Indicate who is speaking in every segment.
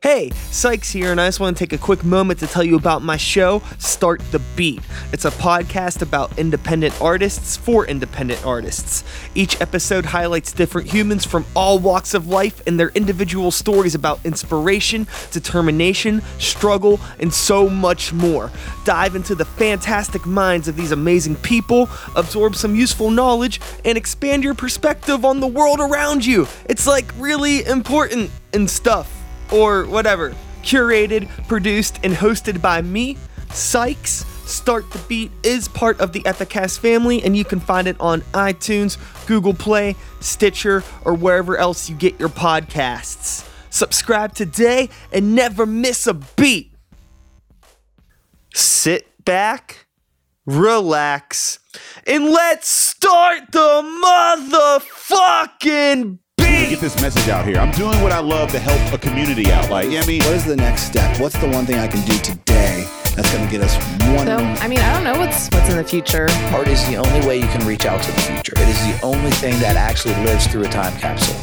Speaker 1: Hey, Sykes here, and I just want to take a quick moment to tell you about my show, Start the Beat. It's a podcast about independent artists for independent artists. Each episode highlights different humans from all walks of life and their individual stories about inspiration, determination, struggle, and so much more. Dive into the fantastic minds of these amazing people, absorb some useful knowledge, and expand your perspective on the world around you. It's like really important and stuff, or whatever. Curated, produced, and hosted by me, Sykes. Start the Beat is part of the Ethicast family, and you can find it on iTunes, Google Play, Stitcher, or wherever else you get your podcasts. Subscribe today and never miss a beat. Sit back, relax, and let's start the motherfucking
Speaker 2: to get
Speaker 1: beat.
Speaker 2: this message out here. I'm doing what I love to help a community out. Like, yeah, I mean,
Speaker 3: What is the next step? What's the one thing I can do today that's going to get us one?
Speaker 4: So, I mean, I don't know what's what's in the future.
Speaker 5: Art is the only way you can reach out to the future. It is the only thing that actually lives through a time capsule.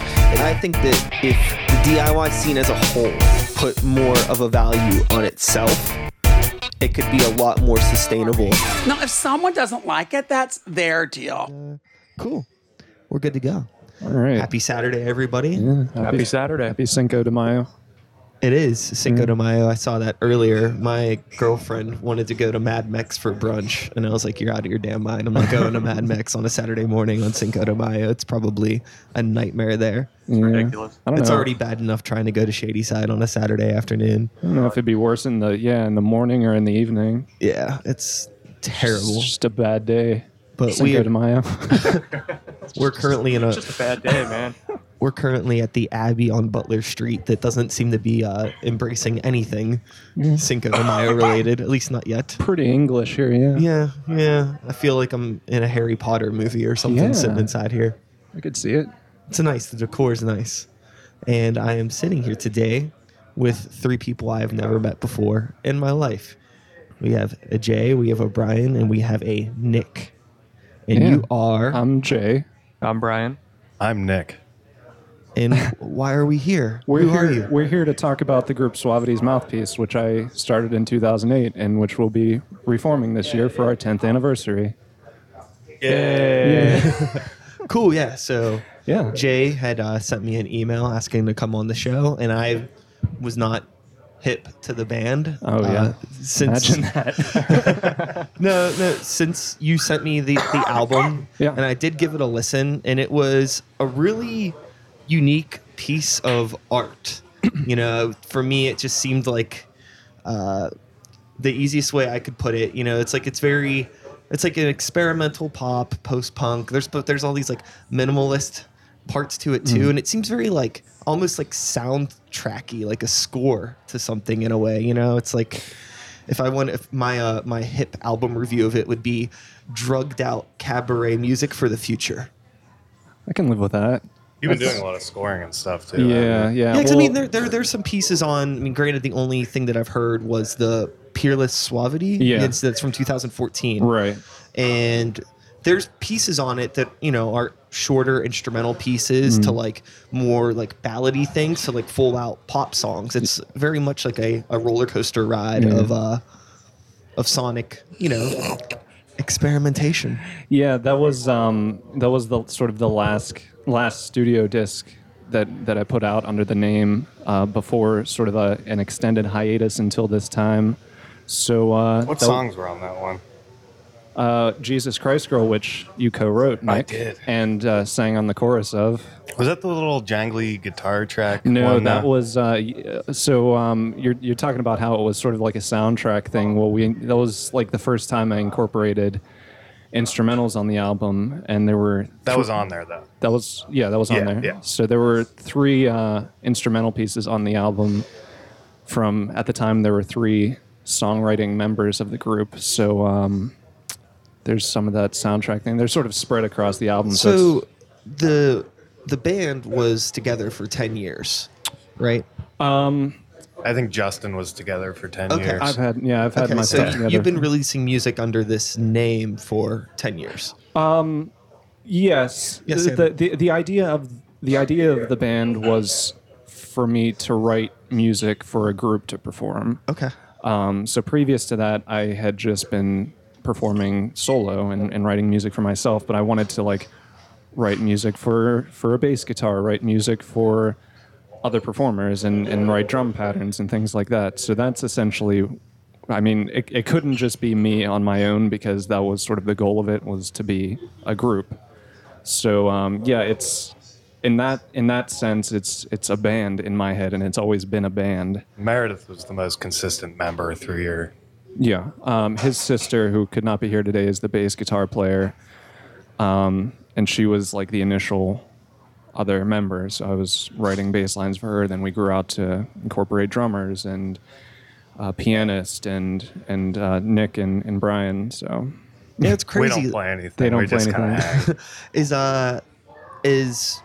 Speaker 1: I think that if the DIY scene as a whole put more of a value on itself, it could be a lot more sustainable.
Speaker 6: Now, if someone doesn't like it, that's their deal.
Speaker 1: Cool. We're good to go.
Speaker 7: All right.
Speaker 1: Happy Saturday, everybody.
Speaker 7: Happy Saturday. Happy Cinco de Mayo.
Speaker 1: It is Cinco de Mayo. I saw that earlier. My girlfriend wanted to go to Mad Mex for brunch, and I was like, "You're out of your damn mind! I'm not going to Mad Mex on a Saturday morning on Cinco de Mayo. It's probably a nightmare there.
Speaker 8: ridiculous.
Speaker 7: I don't
Speaker 1: It's
Speaker 7: know.
Speaker 1: already bad enough trying to go to Shady Side on a Saturday afternoon.
Speaker 7: I don't know if it'd be worse in the yeah in the morning or in the evening.
Speaker 1: Yeah, it's
Speaker 7: It's
Speaker 1: terrible.
Speaker 7: just a bad day.
Speaker 1: But
Speaker 7: Cinco
Speaker 1: we
Speaker 7: de
Speaker 1: are,
Speaker 7: Mayo.
Speaker 1: we're currently in a
Speaker 8: Just a bad day, man.
Speaker 1: we're currently at the Abbey on Butler Street that doesn't seem to be uh, embracing anything Cinco de Mayo related, at least not yet.
Speaker 7: Pretty English here, yeah.
Speaker 1: Yeah, yeah. I feel like I'm in a Harry Potter movie or something
Speaker 7: Yeah.
Speaker 1: sitting inside here.
Speaker 7: I could see it.
Speaker 1: It's nice. The decor is nice. And I am sitting here today with three people I have never met before in my life. We have a Jay, we have a Brian, and we have a Nick. And
Speaker 7: Yeah. Um,
Speaker 1: you are.
Speaker 7: I'm Jay.
Speaker 8: I'm Brian.
Speaker 9: I'm Nick.
Speaker 1: and why are we here?
Speaker 7: We're
Speaker 1: Who
Speaker 7: here,
Speaker 1: are you?
Speaker 7: We're here to talk about the group Suavity's Mouthpiece, which I started in 2008 and which will be reforming this year for our 10th anniversary.
Speaker 1: Cool. Yeah. So
Speaker 7: Yeah.
Speaker 1: Jay had uh, sent me an email asking to come on the show, and I was not hip to the band.
Speaker 7: Oh, yeah.
Speaker 1: Uh, since
Speaker 7: Imagine that.
Speaker 1: no, no, since you sent me the the album,
Speaker 7: Yeah.
Speaker 1: and I did give it a listen, and it was a really unique piece of art. you know, for me, it just seemed like uh, the easiest way I could put it. You know, it's like it's very, it's like an experimental pop, post punk. There's but there's all these like minimalist parts to it too, and it seems very like almost like soundtracky, like a score to something in a way. You know, it's like if I want if my uh, my hip album review of it would be drugged out cabaret music for the future.
Speaker 7: I can live with that.
Speaker 9: You've been doing a lot of scoring and stuff too.
Speaker 7: Yeah, yeah.
Speaker 1: Yeah, 'cause I mean,
Speaker 7: well-
Speaker 1: there, there there's some pieces on. I mean, granted, the only thing that I've heard was the Peerless Suavity.
Speaker 7: Yeah.
Speaker 1: it's, that's from 2014.
Speaker 7: Right.
Speaker 1: and there's pieces on it that you know are shorter instrumental pieces
Speaker 7: Mm.
Speaker 1: to like more like ballady things to like full out pop songs it's very much like a, a roller coaster ride
Speaker 7: Yeah.
Speaker 1: of uh of sonic you know experimentation
Speaker 7: Yeah, that was um, that was the sort of the last last studio disc that that I put out under the name uh, before sort of a, an extended hiatus until this time. So uh,
Speaker 9: What
Speaker 7: that-
Speaker 9: songs were on that one?
Speaker 7: Uh, Jesus Christ Girl, which you co-wrote, Nick,
Speaker 9: I did.
Speaker 7: and uh, sang on the chorus of.
Speaker 9: Was that the little jangly guitar track?
Speaker 7: No,
Speaker 9: one,
Speaker 7: that
Speaker 9: uh,
Speaker 7: was uh, y- uh, so. Um, you're you're talking about how it was sort of like a soundtrack thing. Well, we that was like the first time I incorporated instrumentals on the album, and there were
Speaker 9: that was on there though.
Speaker 7: That was yeah, that was
Speaker 9: Yeah,
Speaker 7: on there.
Speaker 9: yeah.
Speaker 7: So there were three uh, instrumental pieces on the album. From at the time, there were three songwriting members of the group. So um, there's some of that soundtrack thing. They're sort of spread across the album. So, it's-
Speaker 1: so the the band was together for 10 years right
Speaker 9: I think Justin was together for ten
Speaker 1: Okay.
Speaker 9: years.
Speaker 7: I've had yeah, I've had
Speaker 1: okay
Speaker 7: my
Speaker 1: so
Speaker 7: stuff
Speaker 1: you-
Speaker 7: together.
Speaker 1: you've been releasing music under this name for 10 years
Speaker 7: Yes.
Speaker 1: Yes,
Speaker 7: the,
Speaker 1: Sam.
Speaker 7: the the idea of the idea of the band was for me to write music for a group to perform.
Speaker 1: Okay.
Speaker 7: Um, so previous to that, I had just been performing solo and, and writing music for myself, but I wanted to like write music for for a bass guitar, write music for other performers, and and write drum patterns and things like that. So that's essentially. I mean, it, it couldn't just be me on my own because that was sort of the goal of it was to be a group. So um, yeah, it's in that in that sense, it's it's a band in my head, and it's always been a band.
Speaker 9: Meredith was the most consistent member through your.
Speaker 7: Yeah. Um, his sister, who could not be here today, is the bass guitar player. Um, and she was like the initial other member. So I was writing bass lines for her. Then we grew out to incorporate drummers and uh, pianist and and uh, Nick and, and Brian. So
Speaker 1: Yeah, it's
Speaker 9: We
Speaker 1: crazy.
Speaker 9: don't play anything.
Speaker 7: They don't
Speaker 9: we
Speaker 7: play
Speaker 9: just kinda
Speaker 7: anything.
Speaker 9: hang.
Speaker 1: Is uh is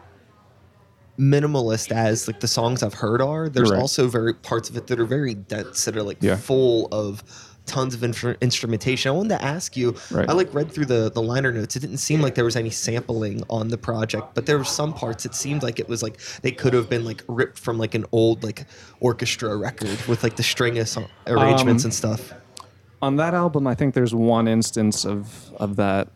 Speaker 1: minimalist as like the songs I've heard are. There's
Speaker 7: Correct.
Speaker 1: also very parts of it that are very dense that are like
Speaker 7: Yeah.
Speaker 1: full of tons of infr- instrumentation. I wanted to ask you.
Speaker 7: Right.
Speaker 1: I like read through the the liner notes. It didn't seem like there was any sampling on the project, but there were some parts it seemed like it was like they could have been like ripped from like an old like orchestra record with like the string of song- arrangements
Speaker 7: Um,
Speaker 1: and stuff.
Speaker 7: on that album, I think there's one instance of of that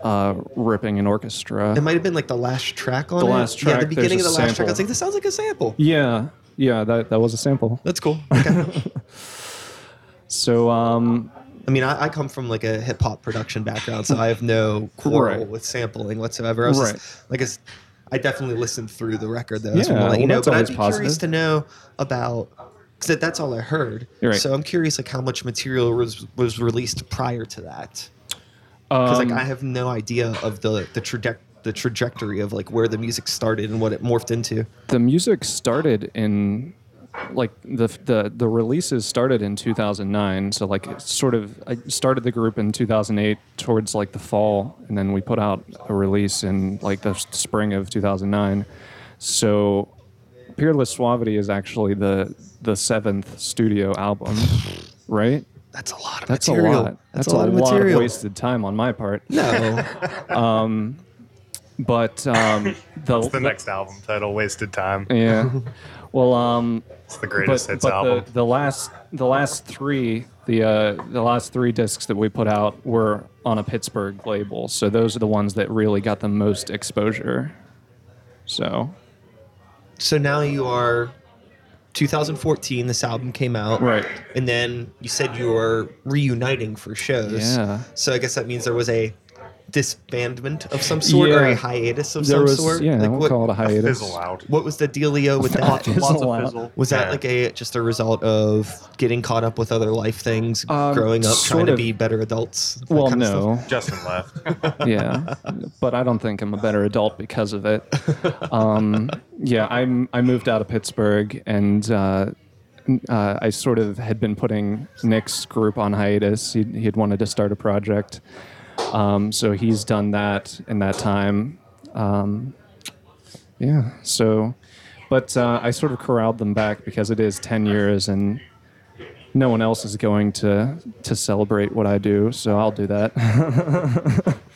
Speaker 7: uh, ripping an orchestra.
Speaker 1: It might have been like the last track on
Speaker 7: The
Speaker 1: it.
Speaker 7: last
Speaker 1: yeah,
Speaker 7: track,
Speaker 1: the
Speaker 7: there's
Speaker 1: beginning
Speaker 7: a
Speaker 1: of the last track. I was
Speaker 7: sample.
Speaker 1: like, this sounds like a sample.
Speaker 7: yeah, yeah, that that was a sample.
Speaker 1: That's cool. Okay.
Speaker 7: So um,
Speaker 1: I mean, I, I come from like a hip hop production background, so I have no quarrel
Speaker 7: Right.
Speaker 1: with sampling whatsoever. I was just, like, I, s- I definitely listened through the record though. I just
Speaker 7: Yeah,
Speaker 1: wanna let you
Speaker 7: well,
Speaker 1: know,
Speaker 7: that's
Speaker 1: but I'd
Speaker 7: always
Speaker 1: be curious
Speaker 7: positive.
Speaker 1: to know about because that's all I heard.
Speaker 7: You're right.
Speaker 1: So I'm curious, like, how much material was was released prior to that? Because like,
Speaker 7: Um,
Speaker 1: I have no idea of the the trajectory the trajectory of like where the music started and what it morphed into.
Speaker 7: the music started in like the the the releases started in 2009 so like it sort of I started the group in 2008 towards like the fall and then we put out a release in like the s- spring of 2009 so Peerless Suavity is actually the the seventh studio album right
Speaker 1: That's a lot of
Speaker 7: that's
Speaker 1: material.
Speaker 7: a lot that's, a, lot, of,
Speaker 1: material.
Speaker 7: wasted time on my part
Speaker 1: No,
Speaker 7: but um the,
Speaker 9: The next album title, Wasted Time.
Speaker 7: yeah well um
Speaker 9: It's the greatest hits album.
Speaker 7: The, the last the last three the uh, the last three discs that we put out were on a Pittsburgh label, so those are the ones that really got the most exposure. So
Speaker 1: So now you are 2014, this album came out.
Speaker 7: Right.
Speaker 1: And then you said you were reuniting for shows.
Speaker 7: Yeah.
Speaker 1: So I guess that means there was a disbandment of some sort or a
Speaker 7: Yeah.
Speaker 1: hiatus of
Speaker 7: there
Speaker 1: some
Speaker 7: was
Speaker 1: sort.
Speaker 7: yeah,
Speaker 1: Like,
Speaker 7: we'll
Speaker 1: what,
Speaker 7: call it a hiatus.
Speaker 9: Fizzle out.
Speaker 1: what was the dealio with that?
Speaker 7: Fizzle
Speaker 10: Lots of
Speaker 7: out.
Speaker 10: fizzle.
Speaker 1: Was that
Speaker 9: Yeah.
Speaker 1: like a just a result of getting caught up with other life things,
Speaker 7: Um,
Speaker 1: growing up, trying
Speaker 7: sort
Speaker 1: to
Speaker 7: of.
Speaker 1: be better adults? that
Speaker 7: Well,
Speaker 1: kind of stuff?
Speaker 7: no,
Speaker 9: Justin left.
Speaker 7: yeah, but I don't think I'm a better adult because of it. Um, yeah, I'm. I moved out of Pittsburgh, and uh, n- uh, I sort of had been putting Nick's group on hiatus. He he had wanted to start a project, um, so he's done that in that time. Um, yeah, so, but uh, I sort of corralled them back because it is ten years and. No one else is going to to celebrate what I do, so I'll do that.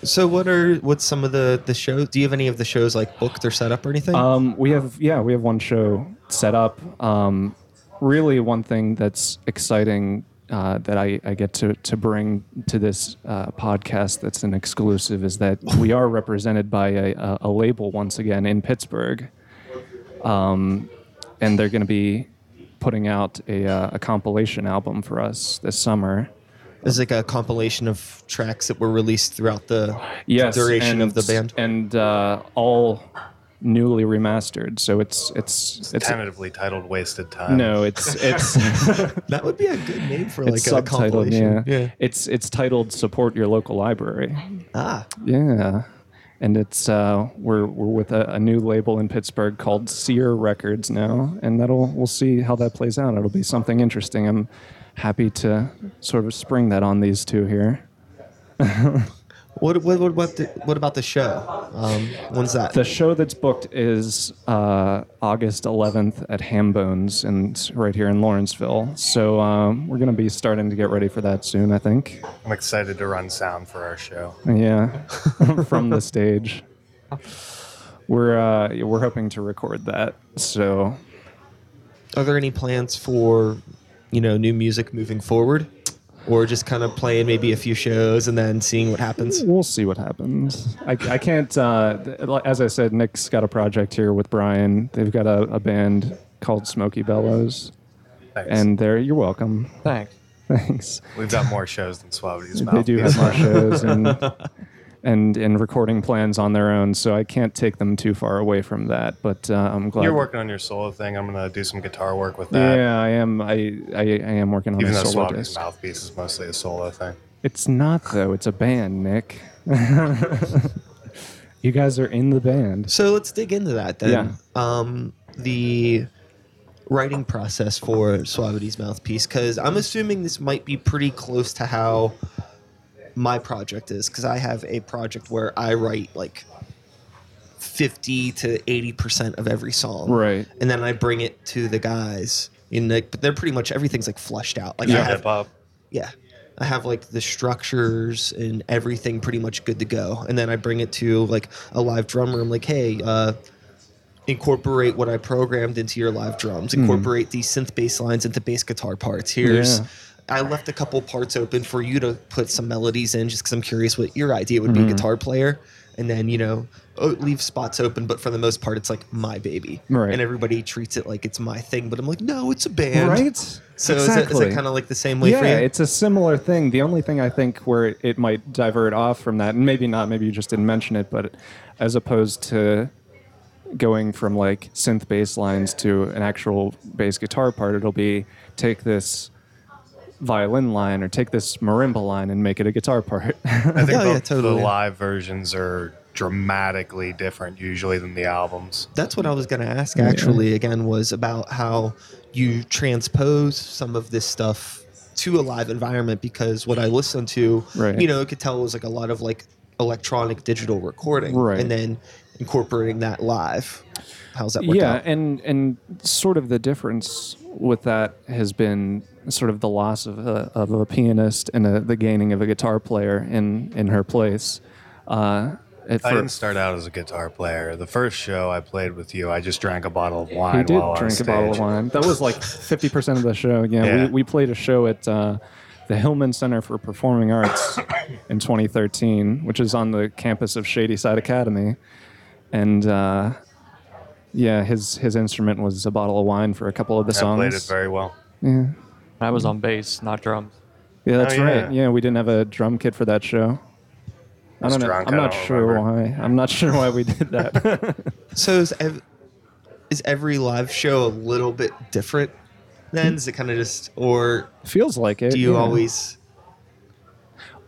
Speaker 1: So what are what's some of the the shows? Do you have any of the shows like booked or set up or anything?
Speaker 7: Um, we have yeah, we have one show set up. Um, really, one thing that's exciting uh, that I, I get to to bring to this uh, podcast that's an exclusive is that we are represented by a, a, a label once again in Pittsburgh, um, and they're going to be putting out a, uh, a compilation album for us this summer.
Speaker 1: It's like a compilation of tracks that were released throughout the
Speaker 7: yes,
Speaker 1: duration
Speaker 7: and,
Speaker 1: of the band.
Speaker 7: and uh, all newly remastered. So it's it's it's.
Speaker 9: Tentatively titled Wasted Time.
Speaker 7: no, it's it's
Speaker 1: That would be a good name for like
Speaker 7: it's
Speaker 1: a
Speaker 7: subtitled yeah.
Speaker 1: compilation. Yeah.
Speaker 7: it's it's titled support your local library
Speaker 1: Ah,
Speaker 7: yeah and it's uh we're we're with a, a new label in pittsburgh called sear records now and that'll we'll see how that plays out it'll be something interesting i'm happy to sort of spring that on these two here
Speaker 1: what what what what, the, what about the show? Um, when's that?
Speaker 7: the show that's booked is uh, august 11th at hambones and it's right here in lawrenceville so um, we're going to be starting to get ready for that soon i think
Speaker 9: I'm excited to run sound for our show.
Speaker 7: Yeah, from the stage. We're uh, we're hoping to record that. So
Speaker 1: Are there any plans for, you know, new music moving forward, or just kind of playing maybe a few shows and then seeing what happens?
Speaker 7: We'll see what happens. I, I can't. Uh, th- as I said, Nick's got a project here with Brian. They've got a, a band called Smoky Bellows,
Speaker 9: Thanks.
Speaker 7: and they're you're welcome.
Speaker 11: Thanks.
Speaker 7: Thanks.
Speaker 9: we've got more shows than Suavity's mouth.
Speaker 7: They do have
Speaker 9: These
Speaker 7: more shows and and and recording plans on their own, so I can't take them too far away from that. But uh, I'm glad
Speaker 9: You're working on your solo thing. I'm gonna do some guitar work with that.
Speaker 7: Yeah, I am. I I, I am working on
Speaker 9: Even
Speaker 7: a
Speaker 9: though
Speaker 7: solo
Speaker 9: Suavity's
Speaker 7: disc.
Speaker 9: mouthpiece is mostly a solo thing.
Speaker 7: It's not though. It's a band, Nick. you guys are in the band.
Speaker 1: So let's dig into that then. Um, the writing process for Suavity's mouthpiece, because I'm assuming this might be pretty close to how my project is, because I have a project where I write like 50 to 80 percent of every song,
Speaker 7: Right.
Speaker 1: And then I bring it to the guys. In like, but they're pretty much everything's like flushed out. Like I
Speaker 9: Hip
Speaker 1: have,
Speaker 9: hop.
Speaker 1: yeah i have like the structures and everything pretty much good to go and then i bring it to like a live drum room like hey uh incorporate what i programmed into your live drums
Speaker 7: Hmm.
Speaker 1: incorporate these synth bass lines into bass guitar parts here's
Speaker 7: Yeah.
Speaker 1: i left a couple parts open for you to put some melodies in just because i'm curious what your idea would
Speaker 7: Hmm.
Speaker 1: be guitar player and then you know oh, leave spots open but for the most part it's like my baby
Speaker 7: Right.
Speaker 1: and everybody treats it like it's my thing but i'm like no it's a band
Speaker 7: right.
Speaker 1: so is it, is it kind of like the same way
Speaker 7: yeah,
Speaker 1: for you
Speaker 7: it's a similar thing. The only thing I think where it, it might divert off from that, and maybe not, maybe you just didn't mention it, but as opposed to going from like synth bass lines to an actual bass guitar part, it'll be take this violin line or take this marimba line and make it a guitar part.
Speaker 9: I think
Speaker 1: Oh,
Speaker 9: the,
Speaker 1: yeah, totally.
Speaker 9: the live versions are dramatically different usually than the albums.
Speaker 1: that's what I was going to ask actually again was about how you transpose some of this stuff to a live environment because what I listened to,
Speaker 7: Right.
Speaker 1: you know, could tell it was like a lot of like electronic digital recording
Speaker 7: Right.
Speaker 1: and then incorporating that live. How's that work
Speaker 7: yeah
Speaker 1: out?
Speaker 7: and and sort of the difference with that has been sort of the loss of a, of a pianist and a, the gaining of a guitar player in in her place uh at
Speaker 9: I
Speaker 7: fir-
Speaker 9: didn't start out as a guitar player. The first show I played with you, I just drank a bottle of wine.
Speaker 7: we did
Speaker 9: while
Speaker 7: drink a
Speaker 9: on
Speaker 7: bottle of
Speaker 9: stage.
Speaker 7: wine that was like 50% of the show yeah,
Speaker 9: Yeah.
Speaker 7: We, we played a show at uh, the hillman center for performing arts in 2013 which is on the campus of shady side academy and uh, yeah his his instrument was a bottle of wine for a couple of the
Speaker 9: I
Speaker 7: songs
Speaker 9: played it very well.
Speaker 11: I was on bass, not drums.
Speaker 7: Yeah, that's
Speaker 9: Oh, yeah.
Speaker 7: right. Yeah, we didn't have a drum kit for that show. I
Speaker 9: was
Speaker 7: don't know.
Speaker 9: drunk,
Speaker 7: I'm
Speaker 9: I
Speaker 7: not
Speaker 9: don't
Speaker 7: sure
Speaker 9: remember.
Speaker 7: why. I'm not sure why we did that.
Speaker 1: So is, ev- is every live show a little bit different then? Is it kind of just, or
Speaker 7: Feels like it.
Speaker 1: do you
Speaker 7: yeah.
Speaker 1: always,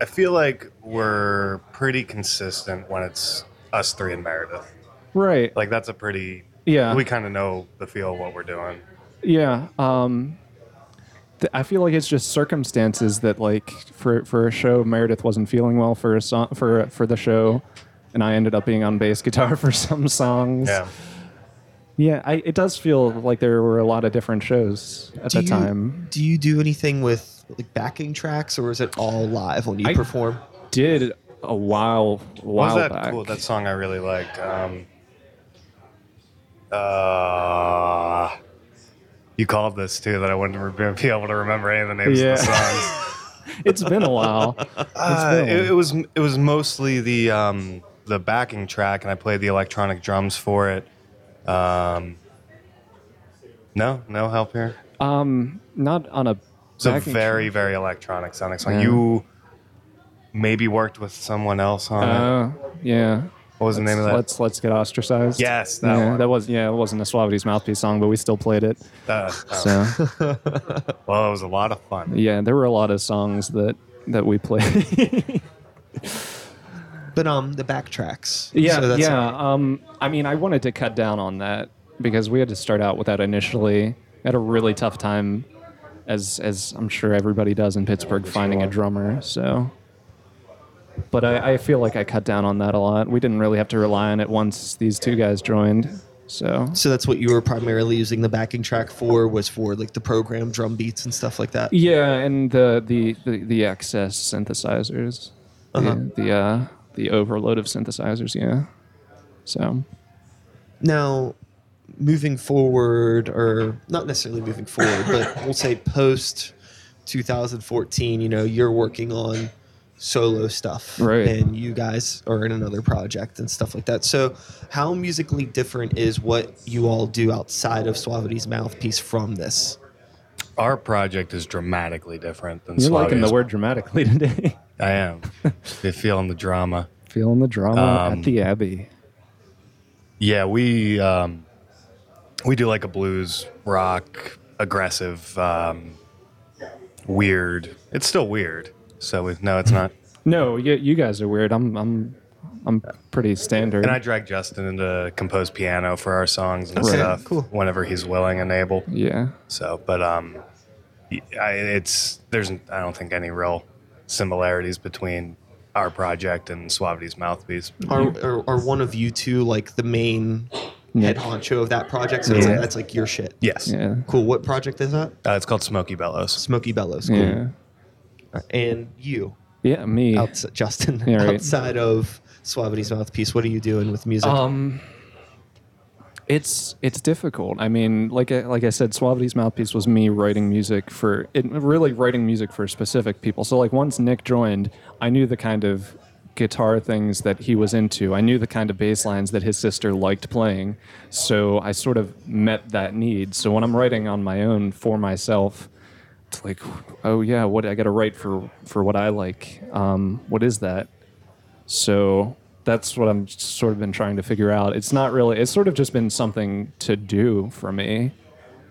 Speaker 9: I feel like we're pretty consistent when it's us three and Meredith.
Speaker 7: right?
Speaker 9: Like that's a pretty
Speaker 7: Yeah.
Speaker 9: We kind of know the feel of what we're doing.
Speaker 7: Yeah. Um, th- I feel like it's just circumstances that, like, for for a show, Meredith wasn't feeling well for a song for for the show, and I ended up being on bass guitar for some songs.
Speaker 9: Yeah.
Speaker 7: Yeah. I, it does feel like there were a lot of different shows at
Speaker 1: do
Speaker 7: that
Speaker 1: you,
Speaker 7: time.
Speaker 1: do you do anything with like backing tracks or is it all live when you
Speaker 7: I-
Speaker 1: perform?
Speaker 7: Did a while a
Speaker 9: What was
Speaker 7: while
Speaker 9: that
Speaker 7: back.
Speaker 9: cool? That song I really liked. Um, uh, you called this too that I wouldn't re- be able to remember any of the names
Speaker 7: Yeah.
Speaker 9: of the songs.
Speaker 7: it's been a while.
Speaker 9: Uh,
Speaker 7: been a
Speaker 9: it,
Speaker 7: while.
Speaker 9: it was it was mostly the um, the backing track, and I played the electronic drums for it. Um, no, no help here.
Speaker 7: Not on a.
Speaker 9: It's a
Speaker 7: backing
Speaker 9: very very electronic sounding song.
Speaker 7: Yeah.
Speaker 9: You maybe worked with someone else on
Speaker 7: track.
Speaker 9: it.
Speaker 7: Uh, yeah.
Speaker 9: What was the name of that?
Speaker 7: Let's let's get ostracized.
Speaker 9: Yes, that
Speaker 7: that yeah,
Speaker 9: one.
Speaker 7: that was yeah, it wasn't a Suavity's mouthpiece song, but we still played it.
Speaker 9: Uh, uh,
Speaker 7: So
Speaker 9: well, it was a lot of fun.
Speaker 7: yeah, there were a lot of songs that that we played.
Speaker 1: But um, the backtracks.
Speaker 7: yeah,
Speaker 1: So that's-
Speaker 7: yeah. Um, I mean, I wanted to cut down on that because we had to start out with that initially. We had a really tough time, as as I'm sure everybody does in Pittsburgh, finding a drummer. So. But I, I feel like I cut down on that a lot. We didn't really have to rely on it once these two guys joined. So
Speaker 1: So that's what you were primarily using the backing track for was for like the program drum beats and stuff like that.
Speaker 7: Yeah, and the the the, the excess synthesizers,
Speaker 1: Uh-huh.
Speaker 7: the the, uh, the overload of synthesizers. Yeah, so
Speaker 1: Now, moving forward, or not necessarily moving forward, but we'll say post 2014, you know, you're working on solo stuff.
Speaker 7: Right.
Speaker 1: And you guys are in another project and stuff like that. So, how musically different is what you all do outside of Suavity's mouthpiece from this?
Speaker 9: Our project is dramatically different than
Speaker 7: You're liking the
Speaker 9: Slavia's.
Speaker 7: word dramatically today.
Speaker 9: I am. You're feeling the drama.
Speaker 7: Feeling the drama
Speaker 9: Um,
Speaker 7: at the Abbey.
Speaker 9: Yeah, we um, we do like a blues rock aggressive um, weird. It's still weird. So we, no, it's
Speaker 7: Mm-hmm.
Speaker 9: not.
Speaker 7: No, you, you guys are weird. I'm I'm I'm pretty standard.
Speaker 9: And I drag Justin into compose piano for our songs and
Speaker 7: Okay,
Speaker 9: stuff
Speaker 1: cool.
Speaker 9: whenever he's willing and able.
Speaker 7: yeah.
Speaker 9: So, but um, I, it's there's I don't think any real similarities between our project and Suavity's mouthpiece.
Speaker 7: Mm.
Speaker 1: Are, are, are one of you two like the main head honcho of that project? So it's like,
Speaker 9: Yeah.
Speaker 1: that's like your shit.
Speaker 9: Yes,
Speaker 7: Yeah.
Speaker 1: Cool. What project is that?
Speaker 9: uh, it's called Smoky Bellows.
Speaker 1: Smoky Bellows. Cool.
Speaker 7: Yeah.
Speaker 1: And you,
Speaker 7: Yeah, me.
Speaker 1: outs- Justin,
Speaker 7: Yeah, right.
Speaker 1: outside of Suavity's mouthpiece, what are you doing with music?
Speaker 7: Um, it's it's difficult. I mean, like I, like I said, Suavity's mouthpiece was me writing music for it, really writing music for specific people. So like once Nick joined, I knew the kind of guitar things that he was into. I knew the kind of bass lines that his sister liked playing. So I sort of met that need. So when I'm writing on my own for myself, it's like, oh yeah, what I got to write for for what I like. Um, what is that? So that's what I'm sort of been trying to figure out. It's not really. It's sort of just been something to do for me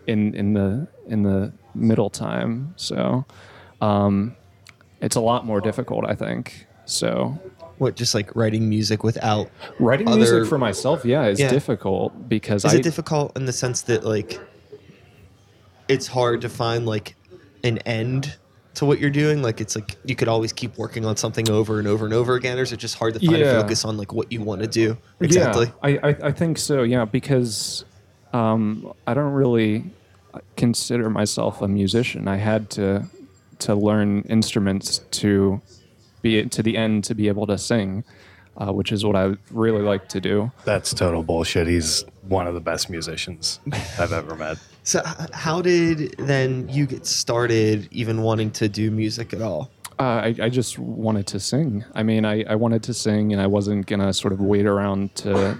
Speaker 7: in in the in the middle time. So um, it's a lot more difficult, I think. So
Speaker 1: what, just like writing music without?
Speaker 7: writing
Speaker 1: Other-
Speaker 7: music for myself, yeah, is
Speaker 1: Yeah.
Speaker 7: difficult because
Speaker 1: Is
Speaker 7: I
Speaker 1: it difficult in the sense that like it's hard to find like an end to what you're doing? Like it's like you could always keep working on something over and over and over again, or is it just hard to find
Speaker 7: Yeah.
Speaker 1: a focus on like what you want to do exactly?
Speaker 7: Yeah, I, I, I think so. Yeah, because um, I don't really consider myself a musician. I had to to learn instruments to be to the end to be able to sing, uh, which is what I really like to do.
Speaker 9: That's total bullshit. He's one of the best musicians I've ever met.
Speaker 1: So, h- how did then you get started even wanting to do music at all?
Speaker 7: Uh, I, I just wanted to sing. I mean, I, I wanted to sing, and I wasn't gonna sort of wait around to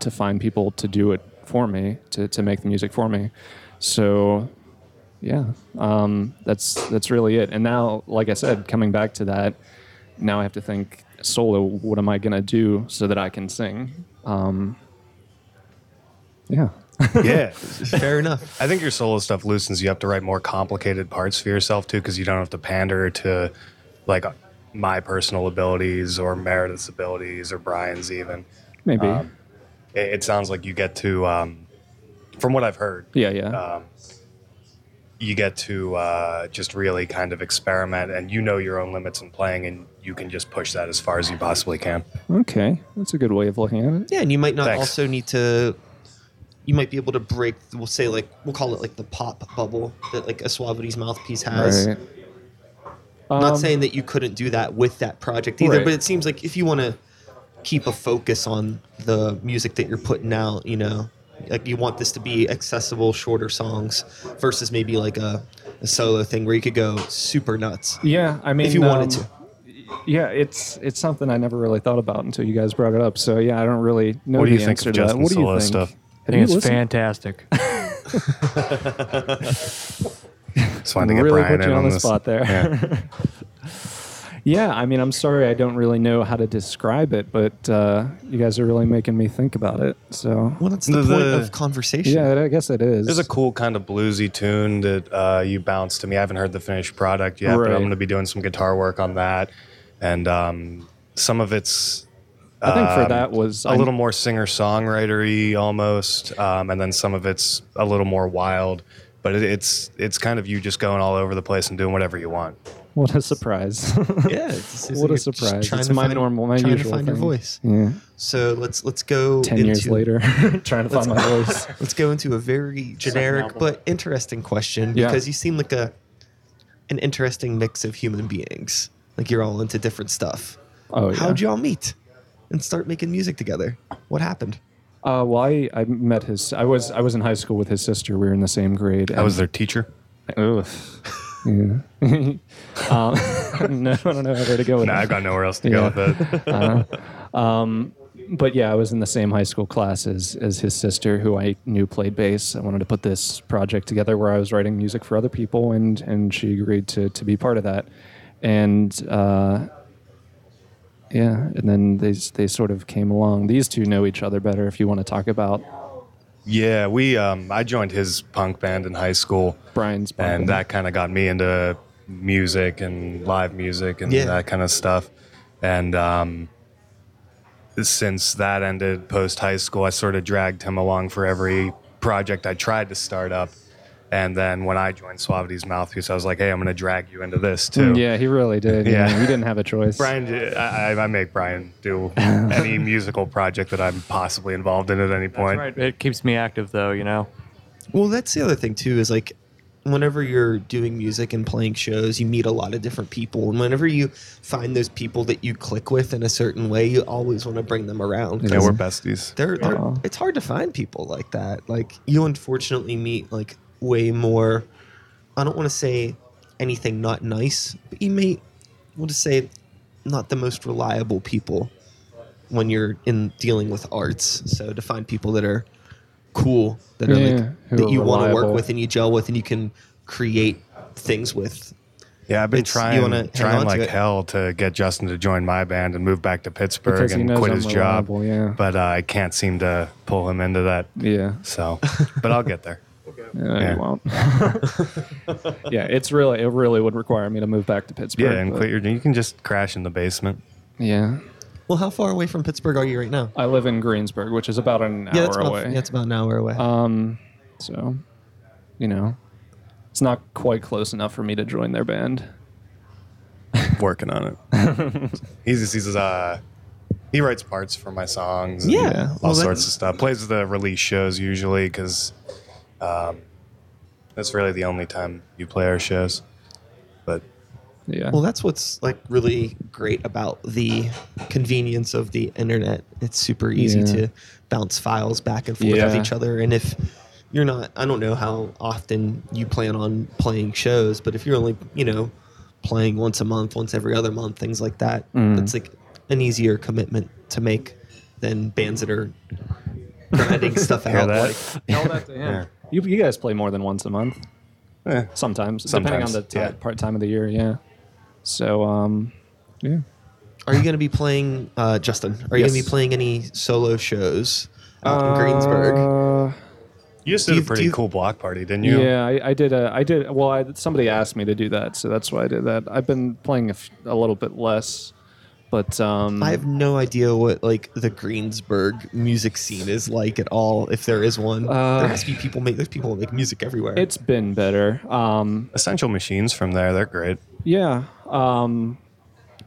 Speaker 7: to find people to do it for me, to, to make the music for me. So, yeah, um, that's that's really it. And now, like I said, coming back to that, now I have to think solo. What am I gonna do so that I can sing? Um, yeah,
Speaker 9: Yeah.
Speaker 1: Fair enough.
Speaker 9: I think your solo stuff loosens you up to write more complicated parts for yourself too, because you don't have to pander to like my personal abilities or Meredith's abilities or Brian's even. Uh,
Speaker 7: maybe.
Speaker 9: It, it sounds like you get to, um, from what I've heard,
Speaker 7: yeah, yeah.
Speaker 9: you get to uh, just really kind of experiment and you know your own limits in playing and you can just push that as far as you possibly can.
Speaker 7: okay, that's a good way of looking at it.
Speaker 1: Yeah, and you might not
Speaker 9: Thanks.
Speaker 1: also need to. You might be able to break. We'll say like we'll call it like the pop bubble that like a Suavity's mouthpiece has.
Speaker 7: Right.
Speaker 1: not
Speaker 7: Um,
Speaker 1: saying that you couldn't do that with that project either,
Speaker 7: Right.
Speaker 1: but it seems like if you want to keep a focus on the music that you're putting out, you know, like you want this to be accessible, shorter songs versus maybe like a, a solo thing where you could go super nuts.
Speaker 7: Yeah, I mean,
Speaker 1: you wanted
Speaker 7: to. Yeah, it's it's something I never really thought about until you guys brought it up. So yeah, I don't really know
Speaker 9: What do
Speaker 7: the
Speaker 9: you think
Speaker 7: answer
Speaker 9: of
Speaker 7: to that.
Speaker 9: Justin
Speaker 7: What do you
Speaker 9: Solo's
Speaker 7: think?
Speaker 9: stuff?
Speaker 5: I
Speaker 7: you
Speaker 5: think it's
Speaker 7: listened?
Speaker 5: fantastic.
Speaker 9: Just wanted to get
Speaker 7: really
Speaker 9: Brian
Speaker 7: put
Speaker 9: in
Speaker 7: you on the
Speaker 9: this.
Speaker 7: spot there. Yeah. I mean, I'm sorry, I don't really know how to describe it, but uh, you guys are really making me think about it. So
Speaker 1: Well, that's the,
Speaker 9: The-
Speaker 1: point
Speaker 9: the-
Speaker 1: of conversation.
Speaker 7: yeah, I guess it is.
Speaker 9: There's a cool kind of bluesy tune that uh, you bounced to me. I haven't heard the finished product yet, but
Speaker 7: Right.
Speaker 9: I'm going to be doing some guitar work on that, and um, some of it's
Speaker 7: I think for
Speaker 9: um,
Speaker 7: that was
Speaker 9: a little more singer songwritery almost, um, and then some of it's a little more wild. But it, it's it's kind of you just going all over the place and doing whatever you want.
Speaker 7: What a surprise!
Speaker 1: Yeah, it's, it's
Speaker 7: What
Speaker 1: you're
Speaker 7: a
Speaker 1: just
Speaker 7: surprise.
Speaker 1: trying
Speaker 7: It's
Speaker 1: to
Speaker 7: my
Speaker 1: find-
Speaker 7: normal- my
Speaker 1: trying
Speaker 7: usual
Speaker 1: to find your
Speaker 7: thing.
Speaker 1: voice.
Speaker 7: yeah,
Speaker 1: So let's let's go
Speaker 7: ten
Speaker 1: into,
Speaker 7: years later, trying to find my voice.
Speaker 1: Let's go into a very generic but interesting question
Speaker 7: Yeah.
Speaker 1: because you seem like a an interesting mix of human beings. Like you're all into different stuff.
Speaker 7: Oh yeah.
Speaker 1: How'd y'all meet and start making music together? What happened?
Speaker 7: Uh, well, I, I met his. I was I was in high school with his sister. We were in the same grade.
Speaker 9: I was their teacher.
Speaker 7: Oof. Yeah. um, no, I don't know where to go with
Speaker 9: Nah,
Speaker 7: that.
Speaker 9: I've got nowhere else to go
Speaker 7: Yeah.
Speaker 9: with it.
Speaker 7: but yeah, I was in the same high school class as, as his sister, who I knew played bass. I wanted to put this project together where I was writing music for other people, and and she agreed to to be part of that. And uh, yeah, and then they s- they sort of came along. These two know each other better. If you want to talk about
Speaker 9: Yeah, we. Um, I joined his punk band in high school,
Speaker 7: Brian's band,
Speaker 9: and that kind of got me into music and live music and
Speaker 1: Yeah.
Speaker 9: that kind of stuff. And um, since that ended post high school, I sort of dragged him along for every project I tried to start up. And then when I joined Suavity's Mouthpiece, I was like, "Hey, I'm going to drag you into this too."
Speaker 7: yeah, he really did.
Speaker 9: Mm, Yeah.
Speaker 7: Yeah, we didn't have a choice.
Speaker 9: Brian, did- I, I- I make Brian do any musical project that I'm possibly involved in at any point.
Speaker 5: Right. It keeps me active though, you know.
Speaker 1: Well, that's the other thing too is like whenever you're doing music and playing shows, you meet a lot of different people and whenever you find those people that you click with in a certain way, you always want to bring them around. 'cause
Speaker 9: Yeah, we're besties.
Speaker 1: they're, they're-
Speaker 7: Aw.
Speaker 1: it's hard to find people like that. Like you unfortunately meet like way more I don't want to say anything not nice, but you may we'll just say not the most reliable people when you're in dealing with arts. So to find people that are cool, that are
Speaker 7: Yeah, who
Speaker 1: like that
Speaker 7: are
Speaker 1: you want to work
Speaker 7: reliable.
Speaker 1: with and you gel with and you can create things with.
Speaker 9: Yeah, I've been
Speaker 1: It's- you
Speaker 9: trying,
Speaker 1: wanna hang on
Speaker 9: trying
Speaker 1: to
Speaker 9: like
Speaker 1: it.
Speaker 9: hell to get Justin to join my band and move back to Pittsburgh
Speaker 7: Because he
Speaker 9: and
Speaker 7: knows
Speaker 9: quit
Speaker 7: I'm
Speaker 9: his job.
Speaker 7: reliable, yeah.
Speaker 9: But uh, I can't seem to pull him into that.
Speaker 7: Yeah.
Speaker 9: So, but I'll get there.
Speaker 7: Uh,
Speaker 9: Yeah.
Speaker 7: You won't. yeah, it's really it really would require me to move back to Pittsburgh.
Speaker 9: Yeah, and
Speaker 7: but-
Speaker 9: quit your. You can just crash in the basement.
Speaker 7: Yeah,
Speaker 1: Well, how far away from Pittsburgh are you right now?
Speaker 7: I live in Greensburg, which is about an
Speaker 1: yeah,
Speaker 7: hour
Speaker 1: that's about,
Speaker 7: away.
Speaker 1: yeah, it's about an hour away.
Speaker 7: so, you know, it's not quite close enough for me to join their band.
Speaker 9: Working on it. he's just, he's uh, he writes parts for my songs. and
Speaker 1: Yeah,
Speaker 9: all
Speaker 1: well,
Speaker 9: sorts of stuff. Plays the release shows usually because um, that's really the only time you play our shows. But
Speaker 7: Yeah.
Speaker 1: Well, that's what's like really great about the convenience of the internet. It's super easy
Speaker 7: Yeah.
Speaker 1: to bounce files back and forth with
Speaker 7: Yeah.
Speaker 1: each other. And if you're not, I don't know how often you plan on playing shows, but if you're only, you know, playing once a month, once every other month, things like that,
Speaker 7: Mm.
Speaker 1: it's like an easier commitment to make than bands that are grinding stuff out. Like,
Speaker 7: tell that to him. You, you guys play more than once a month.
Speaker 9: Eh.
Speaker 7: Sometimes, depending on
Speaker 9: Sometimes,
Speaker 7: the ti-
Speaker 9: yeah.
Speaker 7: part time of the year. Yeah. So, um, yeah.
Speaker 1: Are you going to be playing, uh, Justin? Are you going
Speaker 7: Yes.
Speaker 1: to be playing any solo shows out in Greensburg?
Speaker 7: Uh,
Speaker 9: You just
Speaker 1: Do
Speaker 9: did a
Speaker 1: you-
Speaker 9: pretty
Speaker 1: do you-
Speaker 9: cool block party, didn't you?
Speaker 7: Yeah, I, I did. A, I did. Well, I, somebody asked me to do that, so that's why I did that. I've been playing a, f- a little bit less, but um,
Speaker 1: I have no idea what like the Greensburg music scene is like at all, if there is one.
Speaker 7: Uh,
Speaker 1: there must be people make there's people that make music everywhere.
Speaker 7: it's been better. Um,
Speaker 9: Essential Machines from there, they're great.
Speaker 7: yeah. Um,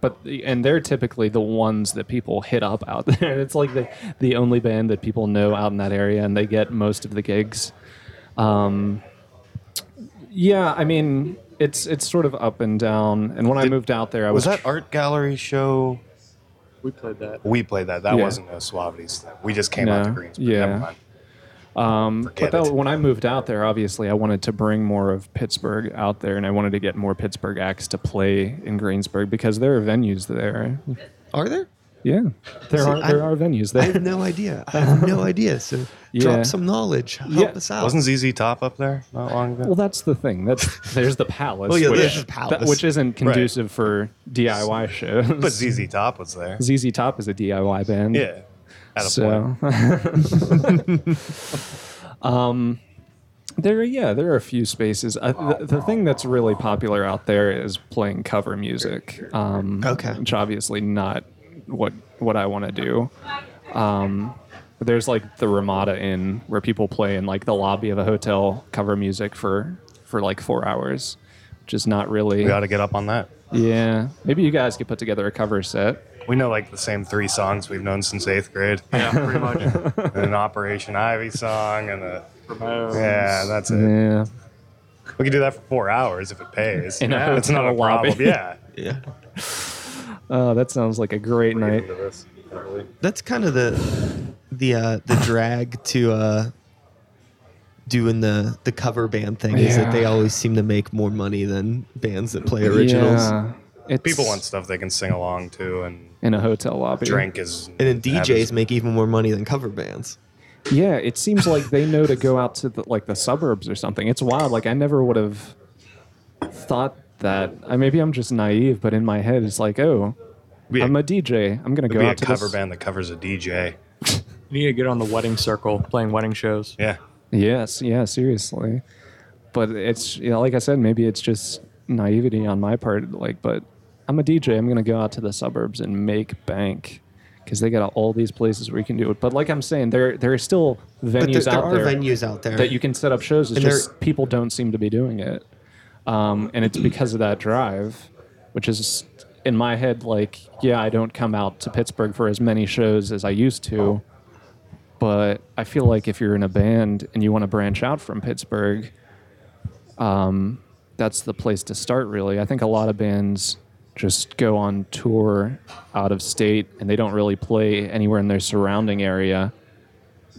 Speaker 7: but the- and they're typically the ones that people hit up out there. It's like the the only band that people know out in that area, and they get most of the gigs. Um, yeah, I mean it's it's sort of up and down. And when I moved out there, I was,
Speaker 9: Was that art gallery show?
Speaker 5: We played that.
Speaker 9: We played that. That
Speaker 7: Yeah.
Speaker 9: wasn't no Suavity's thing. We just came out to
Speaker 7: No,
Speaker 9: Greensburg.
Speaker 7: yeah.
Speaker 9: Never mind.
Speaker 7: But
Speaker 9: Forget
Speaker 7: that,
Speaker 9: it.
Speaker 7: when I moved out there, obviously, I wanted to bring more of Pittsburgh out there, and I wanted to get more Pittsburgh acts to play in Greensburg because there are venues there.
Speaker 1: are there?
Speaker 7: Yeah, there
Speaker 1: See,
Speaker 7: are there
Speaker 1: I-
Speaker 7: are venues
Speaker 1: I
Speaker 7: there.
Speaker 1: have no idea. I have no idea. So
Speaker 7: Yeah.
Speaker 1: drop some knowledge. Help
Speaker 7: Yeah.
Speaker 1: us out.
Speaker 9: Wasn't ZZ Top up there not long ago?
Speaker 7: well, that's the thing. That's there's the palace,
Speaker 1: Oh, yeah,
Speaker 7: which,
Speaker 1: there's the Palace.
Speaker 7: that- which isn't conducive for DIY shows.
Speaker 9: but ZZ Top was there.
Speaker 7: ZZ Top is a DIY band.
Speaker 9: Yeah. At a point.
Speaker 7: so um there yeah there are a few spaces uh, the, the thing that's really popular out there is playing cover music um
Speaker 1: Okay.
Speaker 7: which obviously not what what i want to do um but there's like the ramada inn where people play in like the lobby of a hotel cover music for for like four hours which is not really
Speaker 9: We ought to get up on that.
Speaker 7: yeah maybe you guys could put together a cover set
Speaker 9: We know like the same three songs we've known since eighth grade.
Speaker 5: Yeah, pretty much.
Speaker 9: an Operation Ivy song and a Yeah, that's it.
Speaker 7: yeah
Speaker 9: We could do that for four hours if it pays.
Speaker 7: In a
Speaker 9: it's not a
Speaker 7: hotel lobby.
Speaker 9: problem. Yeah.
Speaker 1: yeah.
Speaker 7: oh that sounds like a great night
Speaker 1: That's kind of the the uh, the drag to uh, doing the the cover band thing is that
Speaker 7: Yeah.
Speaker 1: they always seem to make more money than bands that play originals.
Speaker 7: Yeah. It's
Speaker 9: People want stuff they can sing along to and
Speaker 7: in a hotel lobby.
Speaker 9: drink is.
Speaker 1: And then
Speaker 9: have
Speaker 1: DJs
Speaker 9: as-
Speaker 1: make even more money than cover bands.
Speaker 7: Yeah, it seems like they know to go out to the, like the suburbs or something. It's wild. Like I never would have thought that. I maybe I'm just naive, but in my head it's like, oh,
Speaker 9: Be a-
Speaker 7: I'm a DJ. I'm gonna
Speaker 9: be
Speaker 7: go
Speaker 9: a
Speaker 7: out to
Speaker 9: cover
Speaker 7: this.
Speaker 9: band that covers a DJ.
Speaker 5: You need to get on the wedding circle, playing wedding shows.
Speaker 9: Yeah.
Speaker 7: Yes, yeah, seriously. But it's you know, like I said, maybe it's just naivety on my part. Like, but I'm a DJ. I'm gonna go out to the suburbs and make bank because they got all these places where you can do it. But like I'm saying, there there are still
Speaker 1: But there,
Speaker 7: venues
Speaker 1: there
Speaker 7: out
Speaker 1: are
Speaker 7: there.
Speaker 1: venues out there.
Speaker 7: that you can set up shows. It's
Speaker 1: And they're-
Speaker 7: just people don't seem to be doing it, um, and it's because of that drive, which is in my head like, yeah, I don't come out to Pittsburgh for as many shows as I used to, but I feel like if you're in a band and you want to branch out from Pittsburgh, um, that's the place to start. Really, I think a lot of bands just go on tour out of state and they don't really play anywhere in their surrounding area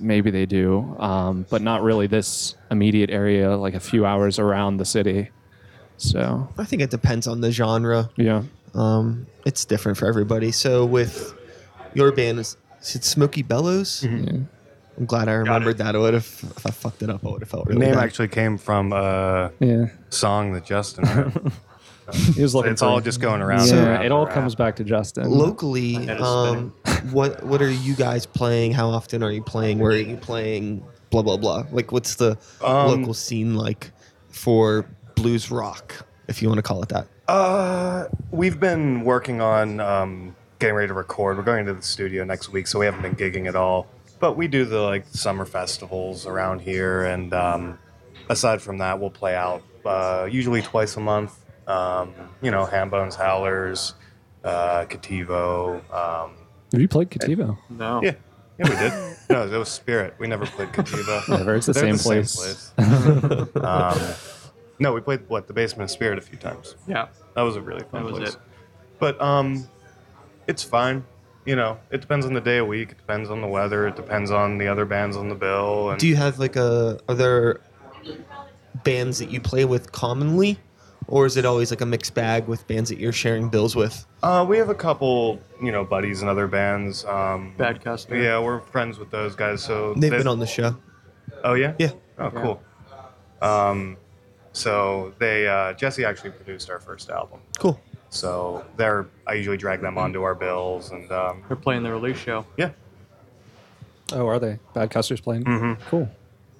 Speaker 7: maybe they do, um, but not really this immediate area, like a few hours around the city. So
Speaker 1: I think it depends on the genre.
Speaker 7: yeah,
Speaker 1: Um, it's different for everybody. So with your band, is is it Smoky Bellows? I'm glad I remembered that. I would have, if I fucked it up, I would have felt
Speaker 9: The
Speaker 1: really
Speaker 9: name
Speaker 1: bad.
Speaker 9: actually came from a
Speaker 7: yeah,
Speaker 9: song that Justin wrote.
Speaker 7: he was looking.
Speaker 9: it's
Speaker 7: for-
Speaker 9: all just going around. and
Speaker 7: yeah.
Speaker 9: around
Speaker 7: It
Speaker 9: and
Speaker 7: all
Speaker 9: around.
Speaker 7: comes back to Justin.
Speaker 1: Locally,
Speaker 9: That is
Speaker 1: um, what what are you guys playing? How often are you playing? Where are you playing? Blah blah blah. Like, what's the local scene like for blues rock, if you want to call it that?
Speaker 9: Uh, we've been working on um, getting ready to record. We're going to the studio next week, so we haven't been gigging at all. But we do the like summer festivals around here, and um, aside from that, we'll play out uh, usually twice a month. Um, you know, Hambones, Howlers, uh, Cativo. Um,
Speaker 7: Have you played Kativo?
Speaker 5: No.
Speaker 9: yeah, yeah, we did. no, it was Spirit. We never played Cativo.
Speaker 7: Never. It's the
Speaker 9: They're
Speaker 7: same place.
Speaker 9: place. um, no, we played what the Basement of Spirit a few times.
Speaker 5: Yeah.
Speaker 9: That was a really fun
Speaker 5: That was
Speaker 9: place.
Speaker 5: it.
Speaker 9: But um, it's fine. You know, it depends on the day of week. It depends on the weather. It depends on the other bands on the bill. And
Speaker 1: Do you have like a are there bands that you play with commonly, or is it always like a mixed bag with bands that you're sharing bills with?
Speaker 9: uh, we have a couple, you know, buddies in other bands. Um,
Speaker 5: Bad customer.
Speaker 9: Yeah, we're friends with those guys. So
Speaker 1: They've
Speaker 9: they-
Speaker 1: been on the show.
Speaker 9: Oh yeah.
Speaker 1: Yeah.
Speaker 9: Oh cool. Um, so they uh, Jesse actually produced our first album.
Speaker 1: Cool.
Speaker 9: So they're I usually drag
Speaker 5: Mm-hmm.
Speaker 9: them onto our bills and um,
Speaker 5: They're playing the release show.
Speaker 9: yeah,
Speaker 7: Oh, are they Bad Custer's playing?
Speaker 9: Mm-hmm.
Speaker 7: Cool.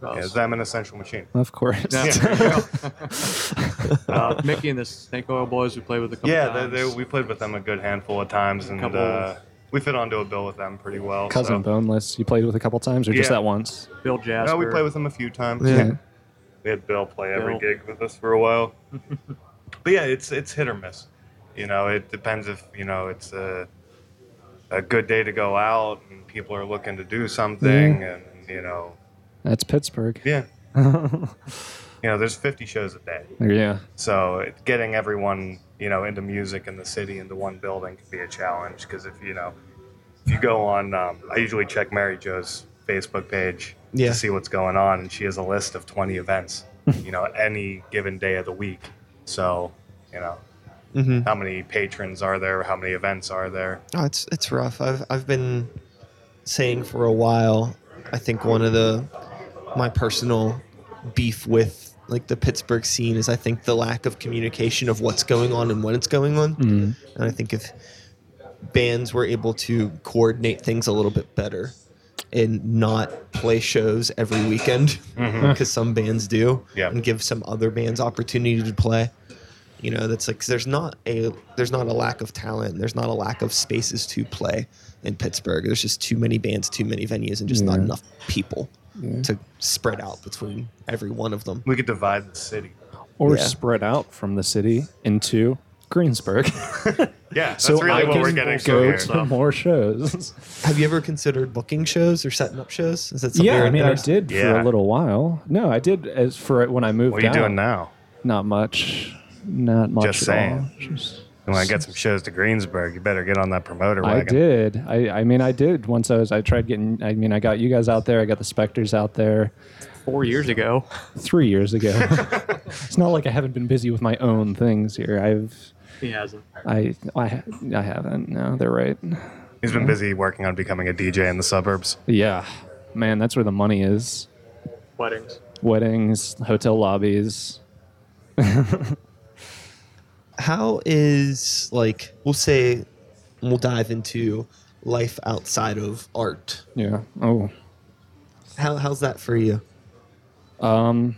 Speaker 9: yeah, them and Essential Machine.
Speaker 7: Of course.
Speaker 5: Yeah, there you go. uh, Mickey and the Snake Oil Boys we played with a couple
Speaker 9: Um, Yeah,
Speaker 5: times.
Speaker 9: they, they, we played with them a good handful of times, and
Speaker 5: Couple-
Speaker 9: uh, we fit onto a bill with them pretty well.
Speaker 7: Cousin
Speaker 9: so.
Speaker 7: Boneless, you played with a couple times, or just
Speaker 9: Yeah.
Speaker 7: that once?
Speaker 5: Bill Jasper.
Speaker 9: No, we played with them a few times. we had Bill play every
Speaker 5: Bill.
Speaker 9: gig with us for a while. but yeah, it's it's hit or miss. You know, it depends if you know it's a a good day to go out and people are looking to do something, and you know,
Speaker 7: That's Pittsburgh.
Speaker 9: yeah. You know, there's 50 shows a day,
Speaker 7: Yeah.
Speaker 9: so it, getting everyone you know into music in the city into one building can be a challenge because if you know if you go on, um, I usually check Mary Jo's Facebook page
Speaker 1: Yeah.
Speaker 9: to see what's going on, and she has a list of 20 events, you know, any given day of the week. So, you know,
Speaker 1: Mm-hmm.
Speaker 9: how many patrons are there? How many events are there?
Speaker 1: Oh, it's it's rough. I've I've been saying for a while. I think one of the my personal beef with like the Pittsburgh scene is I think the lack of communication of what's going on and when it's going on. And I think if bands were able to coordinate things a little bit better and not play shows every weekend because some bands do
Speaker 9: Yeah.
Speaker 1: and give some other bands opportunity to play you know that's like 'cause there's not a there's not a lack of talent and there's not a lack of spaces to play in pittsburgh there's just too many bands too many venues and just not enough people to spread out between every one of them
Speaker 9: We could divide the city.
Speaker 7: Or
Speaker 1: Yeah.
Speaker 7: spread out from the city into Greensburg.
Speaker 9: Yeah, that's
Speaker 7: so
Speaker 9: really
Speaker 7: I
Speaker 9: what
Speaker 7: can
Speaker 9: we're getting to
Speaker 7: go
Speaker 9: here.
Speaker 7: to more shows.
Speaker 1: have you ever considered booking shows or setting up shows is that something
Speaker 7: Yeah,
Speaker 1: you're
Speaker 7: I mean, I
Speaker 1: interested-
Speaker 7: did for
Speaker 9: Yeah.
Speaker 7: a little while. No, I did as for when I moved.
Speaker 9: what are you
Speaker 7: out.
Speaker 9: doing now?
Speaker 7: Not much. Not much.
Speaker 9: Just
Speaker 7: at
Speaker 9: saying.
Speaker 7: all. Just-
Speaker 9: You want to get some shows to Greensburg? You better get on that promoter
Speaker 7: I
Speaker 9: wagon.
Speaker 7: did. I, I mean, I did. Once I was, I tried getting. I mean, I got you guys out there. I got the Spectres out there
Speaker 5: Four years ago.
Speaker 7: three years ago. it's not like I haven't been busy with my own things here. I've,
Speaker 5: He hasn't.
Speaker 7: I, I, I haven't. No, they're right.
Speaker 9: He's been busy working on becoming a DJ in the suburbs.
Speaker 7: Yeah, man, that's where the money is.
Speaker 5: Weddings.
Speaker 7: Weddings, hotel lobbies.
Speaker 1: how is like we'll say we'll dive into life outside of art
Speaker 7: Yeah. Oh,
Speaker 1: how, how's that for you
Speaker 9: What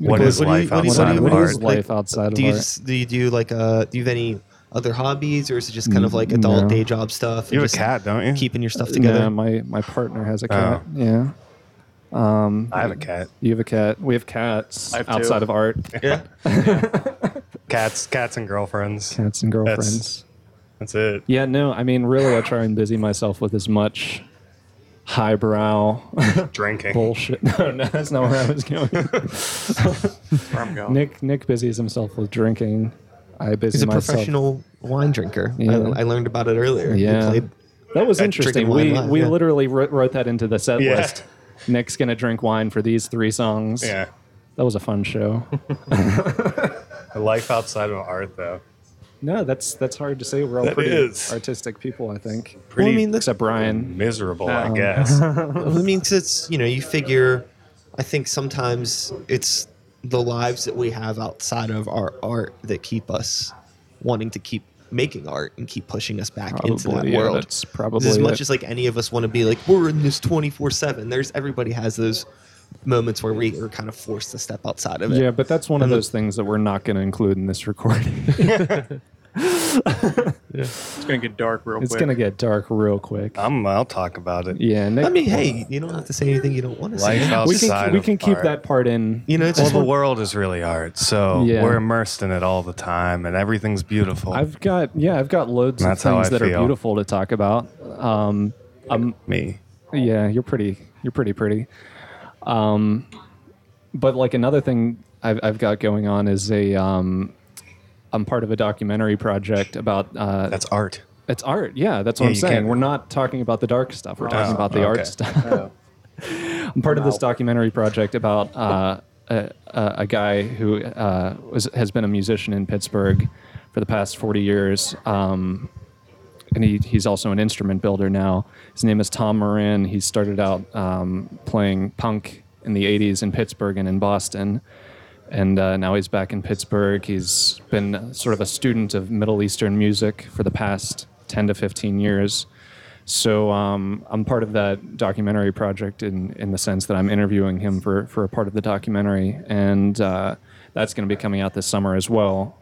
Speaker 1: Like,
Speaker 9: is
Speaker 1: what do you-
Speaker 9: life
Speaker 1: what do you- what
Speaker 9: outside
Speaker 1: do you-
Speaker 9: of
Speaker 1: what do you-
Speaker 9: art?
Speaker 7: is life outside
Speaker 1: do
Speaker 7: of
Speaker 1: you
Speaker 7: art?
Speaker 1: just, do you do like uh do you have any other hobbies or is it just kind of like adult
Speaker 7: no.
Speaker 1: day job stuff and
Speaker 9: You have a
Speaker 1: just
Speaker 9: cat, don't you?
Speaker 1: keeping your stuff
Speaker 7: yeah,
Speaker 1: together
Speaker 7: my my partner has a cat.
Speaker 9: Oh.
Speaker 7: Yeah. Um,
Speaker 9: I have a cat.
Speaker 7: you have a cat. We have cats
Speaker 5: I have two.
Speaker 7: outside of art.
Speaker 1: yeah
Speaker 9: Cats, cats, and girlfriends.
Speaker 7: Cats and girlfriends.
Speaker 9: That's it.
Speaker 7: Yeah, no, I mean, really, I try and busy myself with as much highbrow
Speaker 9: Drinking.
Speaker 7: bullshit. No, no, that's not where I was going.
Speaker 5: Where I'm going.
Speaker 7: Nick Nick busies himself with drinking. I busy
Speaker 1: he's a
Speaker 7: myself.
Speaker 1: professional wine drinker
Speaker 7: Yeah.
Speaker 1: I, I learned about it earlier He
Speaker 7: Yeah.
Speaker 1: played-
Speaker 7: That was
Speaker 9: At
Speaker 7: interesting.
Speaker 1: Drinking Wine
Speaker 7: We
Speaker 1: Live,
Speaker 7: we
Speaker 1: yeah.
Speaker 7: literally wrote, wrote that into the set
Speaker 9: Yeah.
Speaker 7: list. Nick's gonna drink wine for these three songs.
Speaker 9: Yeah.
Speaker 7: that was a fun show.
Speaker 9: Life outside of art, though.
Speaker 7: no, that's that's hard to say. We're all
Speaker 9: That
Speaker 7: pretty
Speaker 9: is.
Speaker 7: artistic people, I think.
Speaker 1: well,
Speaker 9: Pretty
Speaker 1: i mean that's
Speaker 7: Except Brian. Um,
Speaker 9: miserable, I guess.
Speaker 1: I mean, 'cause it's you know, you figure. I think sometimes it's the lives that we have outside of our art that keep us wanting to keep making art and keep pushing us back into that
Speaker 7: Probably, yeah,
Speaker 1: world.
Speaker 7: that's probably
Speaker 1: as much
Speaker 7: it.
Speaker 1: as like any of us want to be like we're in this twenty four seven. There's everybody has those moments where we are kind of forced to step outside of it.
Speaker 7: Yeah, but that's one of
Speaker 1: And the-
Speaker 7: those things that we're not going to include in this recording.
Speaker 5: It's going to get dark real
Speaker 7: it's
Speaker 5: quick.
Speaker 7: going to get dark real quick.
Speaker 9: I'm, I'll talk about it.
Speaker 7: yeah, Nick,
Speaker 1: I mean, hey, you don't have to say anything you don't want to
Speaker 9: Life
Speaker 1: say.
Speaker 9: outside
Speaker 7: we can
Speaker 9: of
Speaker 7: we can keep
Speaker 9: art.
Speaker 7: that part in.
Speaker 1: You know, it's
Speaker 9: Well,
Speaker 1: just
Speaker 9: the
Speaker 1: one-
Speaker 9: world is really art, so
Speaker 7: Yeah.
Speaker 9: we're immersed in it all the time, and everything's beautiful.
Speaker 7: I've got yeah, I've got loads
Speaker 9: That's
Speaker 7: of
Speaker 9: how
Speaker 7: things
Speaker 9: I
Speaker 7: that are
Speaker 9: feel.
Speaker 7: beautiful to talk about. Um,
Speaker 9: Me.
Speaker 7: Yeah, you're pretty. You're pretty pretty. Um, but like another thing I've, I've got going on is a um, I'm part of a documentary project about uh,
Speaker 9: That's art.
Speaker 7: it's art. Yeah, that's what
Speaker 9: Yeah,
Speaker 7: I'm
Speaker 9: you
Speaker 7: saying.
Speaker 9: can't-
Speaker 7: We're not talking about the dark stuff. We're talking
Speaker 9: Oh,
Speaker 7: about the
Speaker 9: okay.
Speaker 7: art stuff. I'm part of this documentary project about uh, a, a, a guy who uh, was, has been a musician in Pittsburgh for the past 40 years. Um, and he, he's also an instrument builder now. His name is Tom Marin. He started out um, playing punk in the 80s in Pittsburgh and in Boston. And uh, now he's back in Pittsburgh. He's been sort of a student of Middle Eastern music for the past 10 to 15 years. So um, I'm part of that documentary project in, in the sense that I'm interviewing him for, for a part of the documentary. And uh, that's going to be coming out this summer as well.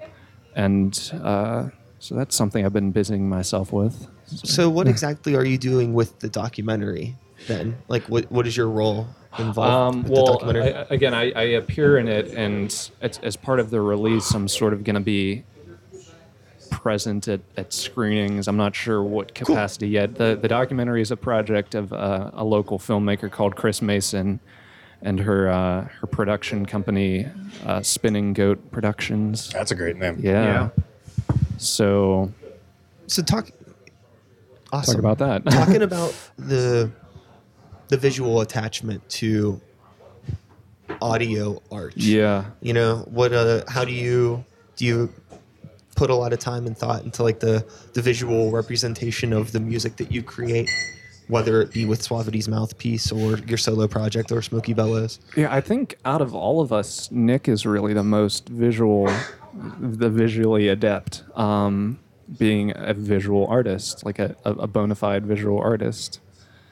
Speaker 7: And uh, so that's something I've been busying myself with.
Speaker 1: So, what exactly are you doing with the documentary then? Like, what what is your role involved
Speaker 7: Um,
Speaker 1: with the
Speaker 7: well, I,
Speaker 1: documentary?
Speaker 7: I- again, I, I appear in it, and it's, as part of the release, I'm sort of going to be present at, at screenings. I'm not sure what capacity yet. The, the documentary is a project of uh, a local filmmaker called Chris Mason and her uh, her production company, uh, Spinning Goat Productions.
Speaker 9: That's a great name.
Speaker 7: Yeah. So
Speaker 1: so, talk. Awesome.
Speaker 7: talk about that.
Speaker 1: talking about the the visual attachment to audio art.
Speaker 7: yeah.
Speaker 1: You know, what uh how do you do you put a lot of time and thought into like the the visual representation of the music that you create? Whether it be with Suavity's mouthpiece or your solo project or Smokey Bellows,
Speaker 7: Yeah, I think out of all of us, Nick is really the most visual, the visually adept, um, being a visual artist, like a, a, a bona fide visual artist.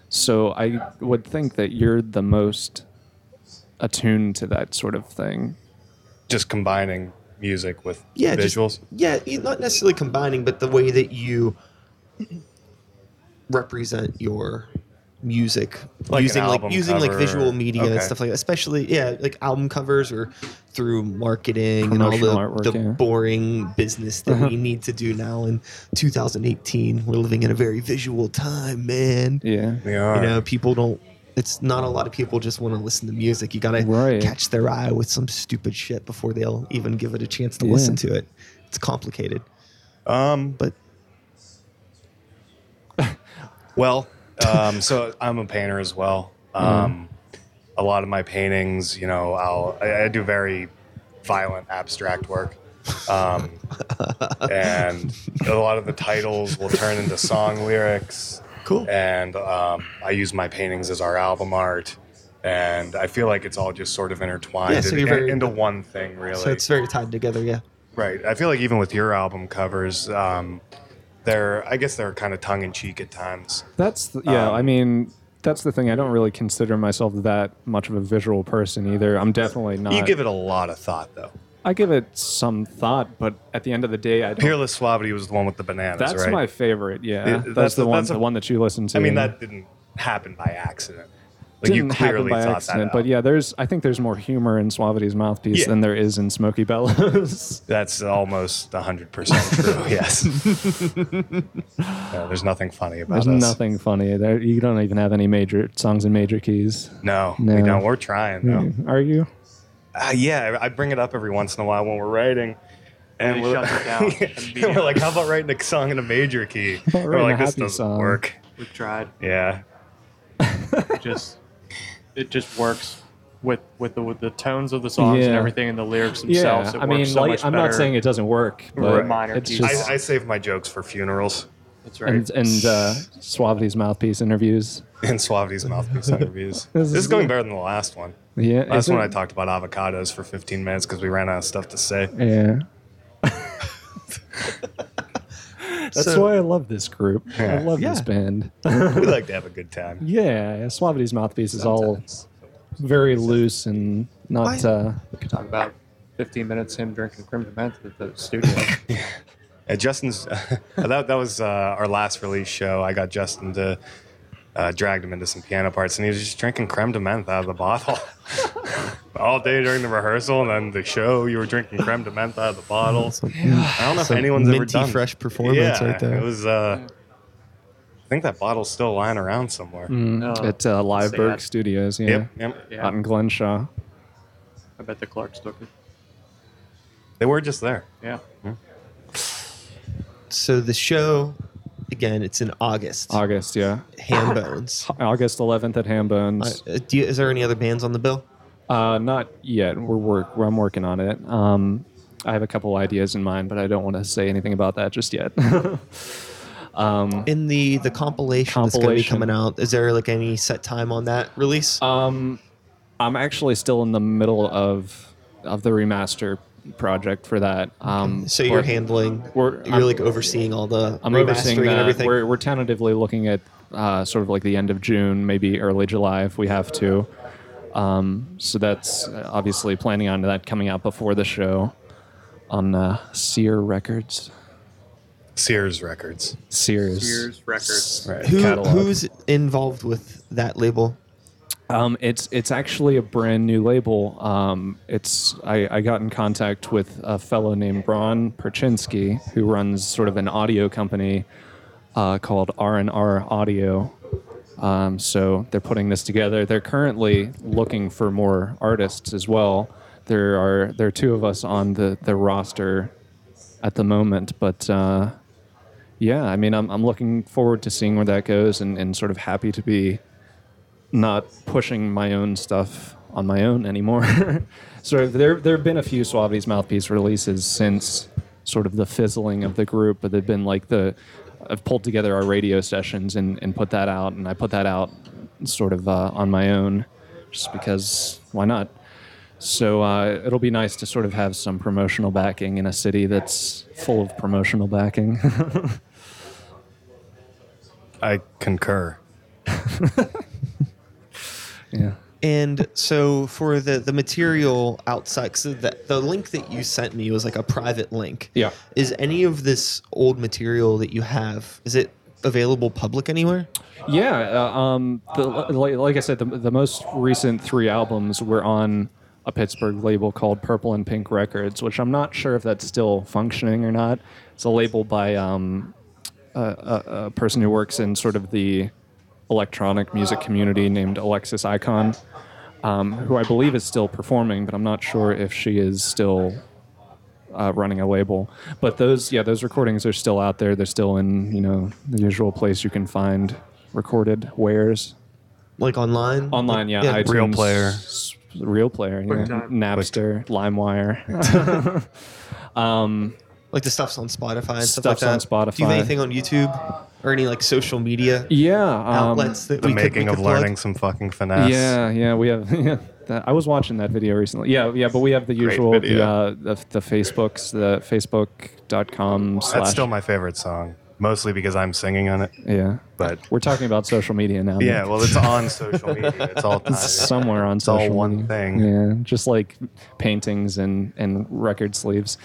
Speaker 7: So I would think that you're the most attuned to that sort of thing.
Speaker 9: Just combining music with
Speaker 1: yeah, just-
Speaker 9: visuals.
Speaker 1: yeah, you- not necessarily combining, but the way that you represent your music
Speaker 9: Like an
Speaker 1: using like
Speaker 9: album
Speaker 1: using like
Speaker 9: cover
Speaker 1: visual
Speaker 9: or-
Speaker 1: media and
Speaker 9: okay.
Speaker 1: stuff like that especially yeah like album covers or through marketing and all the,
Speaker 7: Promotional artwork,
Speaker 1: the
Speaker 7: yeah. Uh-huh.
Speaker 1: boring business that we need to do now in 2018 we're living in a very visual time man
Speaker 7: Yeah.
Speaker 9: They are.
Speaker 1: you know people don't it's not a lot of people just want to listen to music you gotta
Speaker 7: Right.
Speaker 1: catch their eye with some stupid shit before they'll even give it a chance to
Speaker 7: Yeah.
Speaker 1: listen to it It's complicated.
Speaker 9: Um,
Speaker 1: But
Speaker 9: Well, um, so I'm a painter as well. Um, A lot of my paintings, you know, I'll I, I do very violent abstract work, um, and a lot of the titles will turn into song lyrics.
Speaker 1: Cool.
Speaker 9: And um, I use my paintings as our album art, and I feel like it's all just sort of intertwined
Speaker 1: Yeah, so
Speaker 9: in-
Speaker 1: you're very-
Speaker 9: into one thing, really.
Speaker 1: so it's very tied together. Yeah.
Speaker 9: Right. I feel like even with your album covers, um, they're I guess they're kind of tongue in cheek at times.
Speaker 7: That's the, yeah.
Speaker 9: Um,
Speaker 7: I mean, that's the thing. I don't really consider myself that much of a visual person either. I'm definitely not.
Speaker 9: You give it a lot of thought though.
Speaker 7: I give it some thought, but at the end of the day, I don't.
Speaker 9: Peerless Suavity was the one with the bananas,
Speaker 7: That's
Speaker 9: right?
Speaker 7: my favorite. Yeah,
Speaker 9: Yeah,
Speaker 7: that's,
Speaker 9: that's
Speaker 7: the
Speaker 9: a-
Speaker 7: one.
Speaker 9: that's a-
Speaker 7: the one that you listen to.
Speaker 9: I mean, that didn't happen by accident. Like
Speaker 7: didn't
Speaker 9: you
Speaker 7: happen
Speaker 9: clearly
Speaker 7: by
Speaker 9: thought
Speaker 7: accident,
Speaker 9: that
Speaker 7: but
Speaker 9: out.
Speaker 7: yeah, there's. I think there's more humor in Suavity's mouthpiece
Speaker 9: Yeah.
Speaker 7: than there is in Smokey Bellows.
Speaker 9: That's almost 100% true, yes. No, there's nothing funny about
Speaker 7: there's
Speaker 9: us.
Speaker 7: nothing funny there. You don't even have any major songs in major keys.
Speaker 9: No,
Speaker 7: No.
Speaker 9: we don't. We're trying, though.
Speaker 7: Are you?
Speaker 9: Uh, yeah, I I bring it up every once in a while when we're writing. And
Speaker 5: It
Speaker 9: we're,
Speaker 5: shuts it down
Speaker 9: Yeah,
Speaker 5: immediately.
Speaker 9: we're like, how about writing a song in a major key?
Speaker 7: about
Speaker 9: We're
Speaker 7: writing a
Speaker 9: like, this
Speaker 7: happy
Speaker 9: doesn't
Speaker 7: song?
Speaker 9: work.
Speaker 5: We've tried.
Speaker 9: Yeah.
Speaker 5: It just it just works with with the with the tones of the songs and
Speaker 7: Yeah.
Speaker 5: everything and the lyrics
Speaker 7: Yeah,
Speaker 5: themselves. It
Speaker 7: I mean,
Speaker 5: works so
Speaker 7: like,
Speaker 5: much
Speaker 7: I'm not
Speaker 5: better.
Speaker 7: saying it doesn't work,
Speaker 5: Right.
Speaker 7: but
Speaker 5: Minor
Speaker 7: it's
Speaker 5: keys.
Speaker 7: just
Speaker 9: I, I save my jokes for funerals
Speaker 5: That's right.
Speaker 7: and, and uh, Suavity's mouthpiece interviews.
Speaker 9: and Suavity's mouthpiece interviews.
Speaker 7: This
Speaker 9: This
Speaker 7: is
Speaker 9: is going
Speaker 7: good.
Speaker 9: better than the last one.
Speaker 7: Yeah,
Speaker 9: Last
Speaker 7: isn't-
Speaker 9: one I talked about avocados for 15 minutes because we ran out of stuff to say.
Speaker 7: Yeah. That's
Speaker 1: So-
Speaker 7: why I love this group. I
Speaker 9: Yeah.
Speaker 7: love
Speaker 1: Yeah.
Speaker 7: this band.
Speaker 9: we like to have a good time.
Speaker 7: yeah, Suavity's mouthpiece is all very loose and not.
Speaker 1: Why-
Speaker 7: Uh,
Speaker 5: we could talk about 15 minutes him drinking Crimson Meth at the studio.
Speaker 9: Uh, Justin's that that was uh, our last release show. I got Justin to uh, dragged him into some piano parts, and he was just drinking creme de menthe out of the bottle all day during the rehearsal, and then the show. You were drinking creme de menthe out of the bottle. I don't know if
Speaker 1: hmm, Some
Speaker 9: anyone's ever
Speaker 1: minty,
Speaker 9: done
Speaker 1: fresh performance
Speaker 9: yeah,
Speaker 1: right there.
Speaker 9: It was. Uh, I think that bottle's still lying around somewhere.
Speaker 1: Mm.
Speaker 7: at uh, Liveberg
Speaker 5: sad.
Speaker 7: Studios, yeah,
Speaker 9: Yep, yep.
Speaker 5: Yeah.
Speaker 7: out in Glenshaw.
Speaker 5: I bet the Clarks took it.
Speaker 9: They were just there.
Speaker 5: Yeah.
Speaker 1: So the show, again, it's in August.
Speaker 7: August, yeah,
Speaker 1: Ham Bones.
Speaker 7: August 11th at
Speaker 1: Uh,
Speaker 7: Hambones.
Speaker 1: uh, do you, is there any other bands on the bill?
Speaker 7: Uh, not yet. We're work. I'm working on it. Um, I have a couple ideas in mind, but I don't want to say anything about that just yet.
Speaker 1: In the the compilation, Uh, that's going to be
Speaker 7: Compilation.
Speaker 1: coming out, is there like any set time on that release?
Speaker 7: I'm actually still in the middle of of the remaster project for that. Um,
Speaker 1: so you're
Speaker 7: but
Speaker 1: handling,
Speaker 7: we're-
Speaker 1: you're
Speaker 7: I'm-
Speaker 1: like overseeing all the
Speaker 7: I'm
Speaker 1: remastering
Speaker 7: overseeing
Speaker 1: and
Speaker 7: that.
Speaker 1: everything.
Speaker 7: We're, we're tentatively looking at uh, sort of like the end of June, maybe early July if we have to. Um, so that's uh, obviously planning on that coming out before the show on uh, Sear Records.
Speaker 9: Sears Records.
Speaker 7: Sears.
Speaker 5: Sears Records.
Speaker 7: Right,
Speaker 1: Who,
Speaker 7: catalog.
Speaker 1: who's involved with that label?
Speaker 7: Um, it's it's actually a brand new label. Um, it's I, I got in contact with a fellow named Bron Perchinsky who runs sort of an audio company uh, called R and R Audio. Um, so they're putting this together. They're currently looking for more artists as well. There are there are two of us on the the roster at the moment, but. Uh, yeah, I mean, I'm, I'm looking forward to seeing where that goes and, and sort of happy to be not pushing my own stuff on my own anymore. so there there have been a few Suavity's mouthpiece releases since sort of the fizzling of the group, but they've been like the I've pulled together our radio sessions and, and put that out, and I put that out sort of uh, on my own, just because why not? So uh, it'll be nice to sort of have some promotional backing in a city that's full of promotional backing.
Speaker 9: I concur.
Speaker 7: yeah.
Speaker 1: And so for the the material outside, so the, the link that you sent me was like a private link.
Speaker 7: Yeah.
Speaker 1: Is any of this old material that you have is it available public anywhere?
Speaker 7: Yeah, uh, um, the, like, like I said, the, the most recent three albums were on a Pittsburgh label called Purple and Pink Records, which I'm not sure if that's still functioning or not. It's a label by um, a, a, a person who works in sort of the electronic music community named Alexis Icon, um, who I believe is still performing, but I'm not sure if she is still uh, running a label. But those, yeah, those recordings are still out there. They're still in you know the usual place you can find recorded wares
Speaker 1: Like online?
Speaker 7: online. Yeah,
Speaker 1: Yeah.
Speaker 7: iTunes,
Speaker 9: Real Player.
Speaker 7: s- Real Player, yeah.
Speaker 5: Quicktime.
Speaker 7: Napster, LimeWire.
Speaker 1: Like the stuff's on Spotify and stuff like
Speaker 7: Stuff's on
Speaker 1: that. Do you
Speaker 7: Spotify.
Speaker 1: have anything on YouTube or any like social media
Speaker 7: yeah, um,
Speaker 1: outlets that
Speaker 9: The
Speaker 1: we could, we
Speaker 9: making
Speaker 1: could
Speaker 9: of
Speaker 1: plug?
Speaker 9: learning some fucking finesse.
Speaker 7: Yeah, yeah, we have. Yeah, that, I was watching that video recently. Yeah, yeah, but we have the usual the,
Speaker 9: video.
Speaker 7: uh, the the Facebooks, the Facebook.com slash.
Speaker 9: That's still my favorite song, mostly because I'm singing on it.
Speaker 7: yeah,
Speaker 9: But
Speaker 7: we're talking about social media now.
Speaker 9: yeah,
Speaker 7: Nick.
Speaker 9: well, it's on social media. It's all tied in.
Speaker 7: somewhere on
Speaker 9: all
Speaker 7: social
Speaker 9: one
Speaker 7: media.
Speaker 9: thing.
Speaker 7: Yeah, just like paintings and and record sleeves.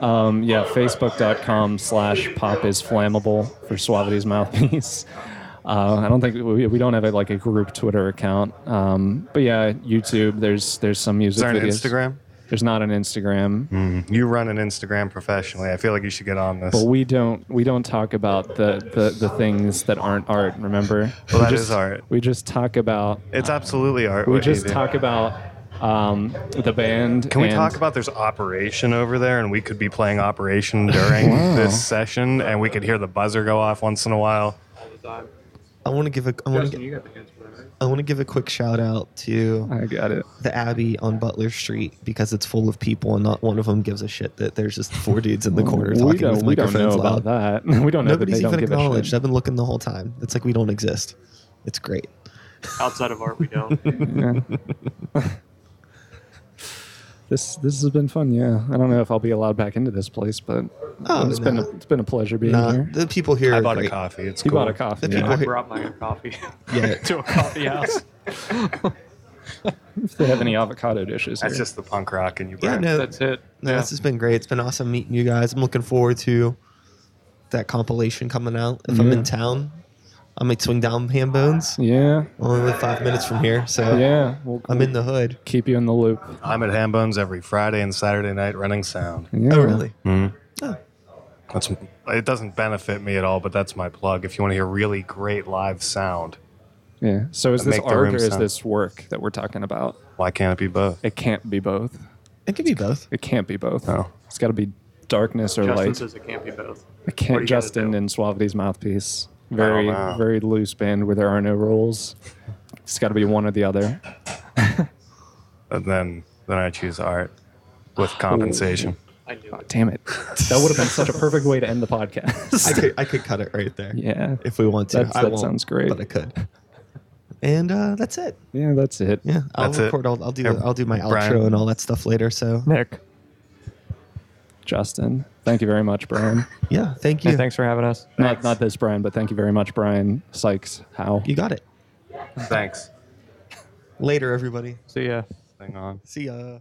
Speaker 7: Um, yeah, facebook.com slash pop is flammable for Suavity's mouthpiece. Uh, I don't think we, we don't have a, like a group Twitter account, um, but yeah, YouTube. There's there's some music
Speaker 9: Is there an
Speaker 7: videos.
Speaker 9: Instagram? Hmm. Mm,
Speaker 7: There's not an Instagram,
Speaker 9: You run an Instagram professionally. I feel like you should get on this.
Speaker 7: but
Speaker 9: Well,
Speaker 7: we don't we don't talk about the, the, the things that aren't art. Remember,
Speaker 9: that is art.
Speaker 7: we just talk about
Speaker 9: It's absolutely art.
Speaker 7: we
Speaker 9: what you
Speaker 7: just
Speaker 9: do.
Speaker 7: talk about um, the band.
Speaker 9: Can we
Speaker 7: and-
Speaker 9: talk about there's operation over there, and we could be playing operation during this session, and we could hear the buzzer go off once in a while.
Speaker 1: I want to give a I want to I want to give a quick shout out to
Speaker 7: I got it.
Speaker 1: the Abbey on Butler Street because it's full of people and not one of them gives a shit that there's just four dudes in the corner
Speaker 7: we
Speaker 1: talking
Speaker 7: don't,
Speaker 1: with
Speaker 7: we don't know
Speaker 1: microphones
Speaker 7: about
Speaker 1: loud.
Speaker 7: that. We don't know
Speaker 1: Nobody's
Speaker 7: that they
Speaker 1: even
Speaker 7: don't give a
Speaker 1: acknowledged.
Speaker 7: shit.
Speaker 1: I've been looking the whole time. It's like we don't exist. It's great.
Speaker 5: Outside of art, we don't.
Speaker 7: This this has been fun. Yeah, I don't know if I'll be allowed back into this place, but
Speaker 1: Oh,
Speaker 7: it's
Speaker 1: no.
Speaker 7: been a, it's been a pleasure being
Speaker 1: Nah,
Speaker 7: here.
Speaker 1: the people here.
Speaker 9: I
Speaker 1: are
Speaker 9: bought
Speaker 1: great.
Speaker 9: a coffee. It's
Speaker 7: You
Speaker 9: cool.
Speaker 7: bought a coffee.
Speaker 1: The
Speaker 7: yeah.
Speaker 1: people
Speaker 5: I
Speaker 1: here-
Speaker 5: brought my own coffee
Speaker 1: Yeah.
Speaker 5: to a coffee house.
Speaker 7: If they have any avocado dishes,
Speaker 9: That's
Speaker 7: here.
Speaker 9: just the punk rock, and you
Speaker 1: Yeah,
Speaker 9: burn.
Speaker 1: no,
Speaker 5: That's it.
Speaker 1: no, this has been great. It's been awesome meeting you guys. I'm looking forward to that compilation coming out. If I'm in town, I might swing down ham bones.
Speaker 7: yeah,
Speaker 1: Only live five minutes from here, so
Speaker 7: yeah. We'll
Speaker 1: I'm in the hood.
Speaker 7: keep you in the loop.
Speaker 9: I'm at Hambones every Friday and Saturday night running sound.
Speaker 7: Yeah.
Speaker 1: Oh, really?
Speaker 9: That's it doesn't benefit me at all, but that's my plug. If you want to hear really great live sound,
Speaker 7: Yeah. So is
Speaker 9: And
Speaker 7: this
Speaker 9: make the
Speaker 7: art
Speaker 9: room
Speaker 7: or is
Speaker 9: sound.
Speaker 7: this work that we're talking about?
Speaker 9: why can't it be both?
Speaker 7: It can't be both.
Speaker 1: It could be both.
Speaker 7: It can't be both.
Speaker 9: No.
Speaker 7: It's got to be darkness or
Speaker 5: Justin
Speaker 7: light.
Speaker 5: says it can't be both.
Speaker 7: I
Speaker 5: What do
Speaker 7: can't
Speaker 5: you
Speaker 7: Justin
Speaker 5: gotta do?
Speaker 7: and Suavity's mouthpiece. Very
Speaker 9: Oh, wow.
Speaker 7: very loose band where there are no rules. It's got to be one or the other.
Speaker 9: And then then I choose art with compensation.
Speaker 5: I knew it.
Speaker 7: Damn it! That would have been such a perfect way to end the podcast.
Speaker 1: I could I could cut it right there
Speaker 7: yeah.
Speaker 1: if we want to.
Speaker 7: That's-
Speaker 1: I
Speaker 7: that
Speaker 1: won't,
Speaker 7: sounds great.
Speaker 1: but I could. And uh, that's it.
Speaker 7: Yeah, that's it.
Speaker 1: Yeah, I'll
Speaker 9: That's it.
Speaker 1: record. I'll, I'll do.
Speaker 9: Yeah,
Speaker 1: I'll do my
Speaker 9: Brian.
Speaker 1: outro and all that stuff later. So
Speaker 7: Nick. Justin, thank you very much, Brian.
Speaker 1: yeah, thank you.
Speaker 5: Hey, thanks for having us.
Speaker 7: not not this Brian, but thank you very much, Brian Sykes. How?
Speaker 1: You got it.
Speaker 9: Thanks.
Speaker 1: Later, everybody.
Speaker 5: See ya.
Speaker 9: Hang on.
Speaker 1: See ya.